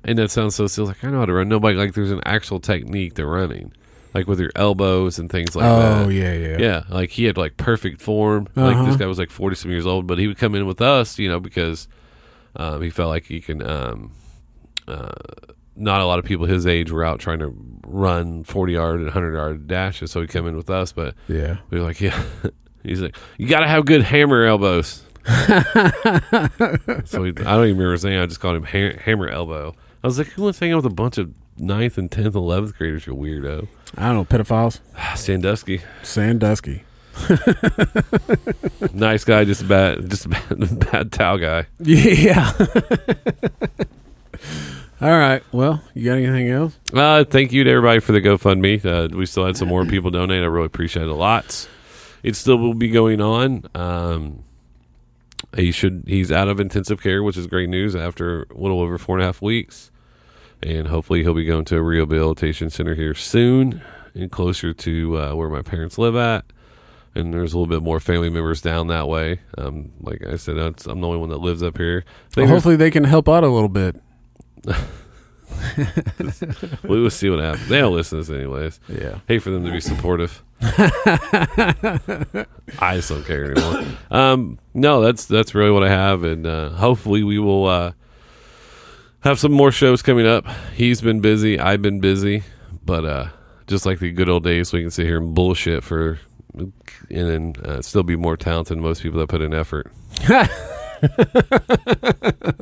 And that sounds so silly. Like I know how to run. Nobody like there's an actual technique to running, like with your elbows and things like that. Oh yeah, Uh-huh. yeah. yeah. Like he had like perfect form. Like this guy was like forty some years old, but he would come in with us, you know, because Um, he felt like he can. Um, not a lot of people his age were out trying to run 40 yard and 100 yard dashes. So he came in with us, but Yeah. we were like, yeah. He's like, you got to have good hammer elbows. so he, I don't even remember his name. I just called him ha- hammer elbow. I was like, who wants to hang out with a bunch of ninth and 10th, 11th graders, you weirdo? I don't know, pedophiles. Ah, Sandusky. Sandusky. Nice guy, just a bad, just a bad, bad towel guy. Yeah. All right. Well, you got anything else? Uh, thank you to everybody for the GoFundMe. Uh, we still had some more people donate. I really appreciate it a lot. It still will be going on. Um, he should. He's out of intensive care, which is great news. After a little over four and a half weeks, and hopefully he'll be going to a rehabilitation center here soon, and closer to uh, where my parents live at. And there's a little bit more family members down that way. Um, like I said, that's, I'm the only one that lives up here. I think there's- Hopefully they can help out a little bit. we will see what happens. They'll listen to this anyways. Yeah. Hate for them to be supportive. I just don't care anymore. Um, no, that's that's really what I have, and uh, hopefully we will uh, have some more shows coming up. He's been busy, I've been busy, but uh, just like the good old days, we can sit here and bullshit for, and then uh, still be more talented than most people that put in effort.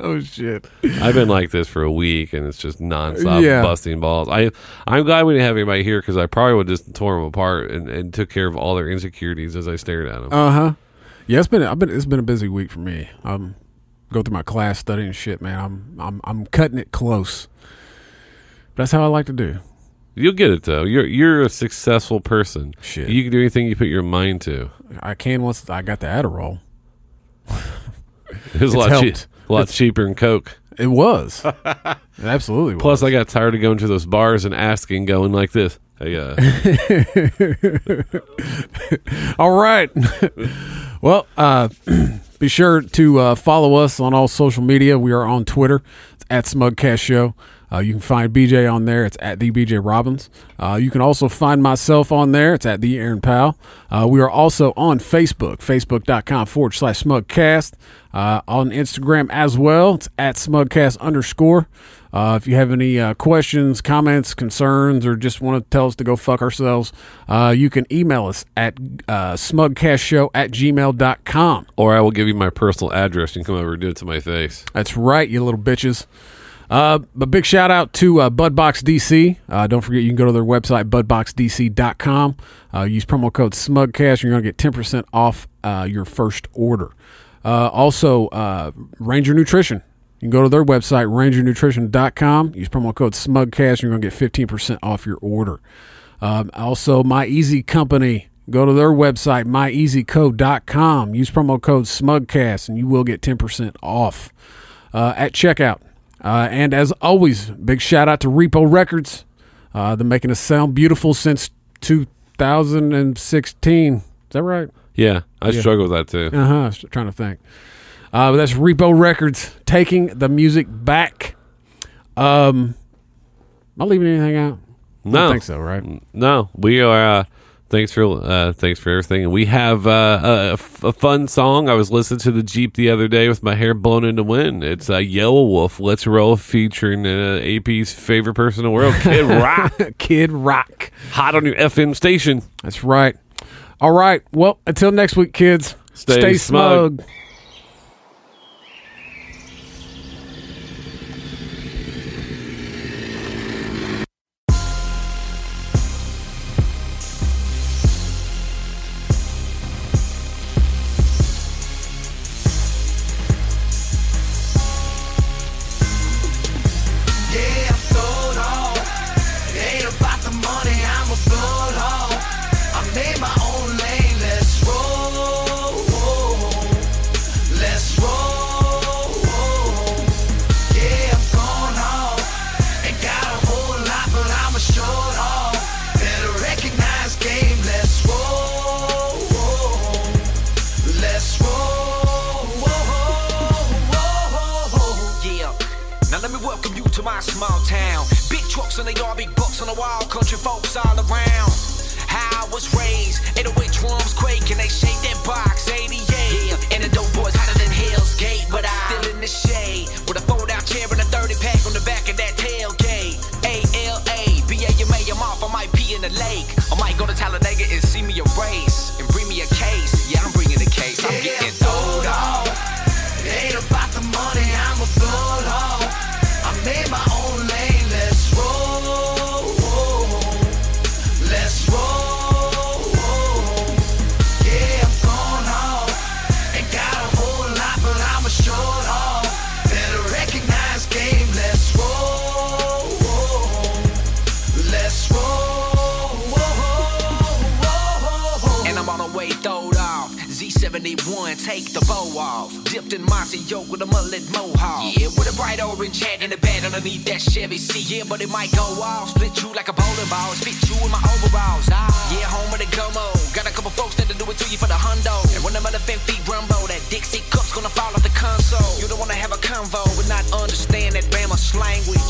Oh shit. I've been like this for a week, and it's just nonstop Yeah. busting balls. I I'm glad we didn't have anybody here because I probably would just tore them apart and, and took care of all their insecurities as I stared at them. Uh huh. Yeah, it's been I've been it's been a busy week for me. Um, go through my class studying shit, man. I'm I'm I'm cutting it close. That's how I like to do. You'll get it though. You're you're a successful person. Shit. you can do anything you put your mind to. I can once I got the Adderall. It was a lot, helped. chea- a lot cheaper than Coke. It was. it absolutely was. Plus, I got tired of going to those bars and asking, going like this. Hey, uh, All right. well, uh, be sure to uh, follow us on all social media. We are on Twitter. It's at Smugcast Show. Uh, you can find BJ on there. It's at the BJ Robbins. Uh, you can also find myself on there. It's at the Aaron Powell. Uh, we are also on Facebook, facebook.com forward slash smugcast. Uh, on Instagram as well. It's at smugcast underscore. Uh, if you have any uh, questions, comments, concerns, or just want to tell us to go fuck ourselves, uh, you can email us at uh, smugcastshow at gmail.com. or I will give you my personal address and come over and do it to my face. That's right, you little bitches. Uh, but big shout out to uh, Budbox DC. Uh, don't forget you can go to their website budboxdc.com. Uh, use promo code SMUGCASH. You're going to get 10% off uh, your first order. Uh, also, uh, Ranger Nutrition. You can go to their website rangernutrition.com. Use promo code SMUGCASH. You're going to get 15% off your order. Um, also, My Easy Company. Go to their website, myeasyco.com. Use promo code SMUGCAST and you will get 10% off uh, at checkout. Uh, and as always, big shout out to Repo Records. Uh, they're making us sound beautiful since 2016. Is that right? Yeah, I struggle with that too. Uh huh. I was trying to think. Uh, but that's Repo Records taking the music back. Um, am I leaving anything out? I No. don't think so, right? No, we are. Uh, thanks for uh, thanks for everything. And we have uh, a, f- a fun song. I was listening to the Jeep the other day with my hair blown into wind. It's uh, Yellow Wolf. Let's roll featuring uh, AP's favorite person in the world, Kid Rock, Kid Rock. hot on your FM station. That's right. All right. Well, until next week, kids. Stay smug. Yeah, I'm sold on. It ain't about the money, I'm a float hog. I made my own lane, let's roll. Let's roll. Yeah, I'm going hard. Ain't got a whole lot, but I'm a short haul. Better recognize game, let's roll. Let's roll. Yeah. Now let me welcome you to my small town. Big trucks and they all big bucks on the wild country folks all around. How I was raised, 808 drums quake and they shake that box 88. Yeah. And the dope boys hotter than Hell's Gate, but I'm still in the shade. face and bring me a case. Yeah, I'm bringing a case. I'm Yeah, getting sold out. It ain't about the money, I'm a sold out. I made my own lane, let's roll. Let's roll. Yeah, I'm gone off. Ain't got a whole lot, but I'm a short off. Better recognize game, let's roll. Let's roll. And I'm on the way throwed off. Z71, take the bow off. Dipped in mossy yolk with a mullet mohawk. Yeah, with a bright orange hat and a bed underneath that Chevy C. Yeah, but it might go off. Split you like a bowling ball. Spit you in my overalls. Ah, yeah, home of the gummo. Got a couple folks that'll do it to you for the hundo. And when them elephant feet rumbo, that Dixie cup's gonna fall off the console. You don't wanna have a convo and not understand that Bama slang with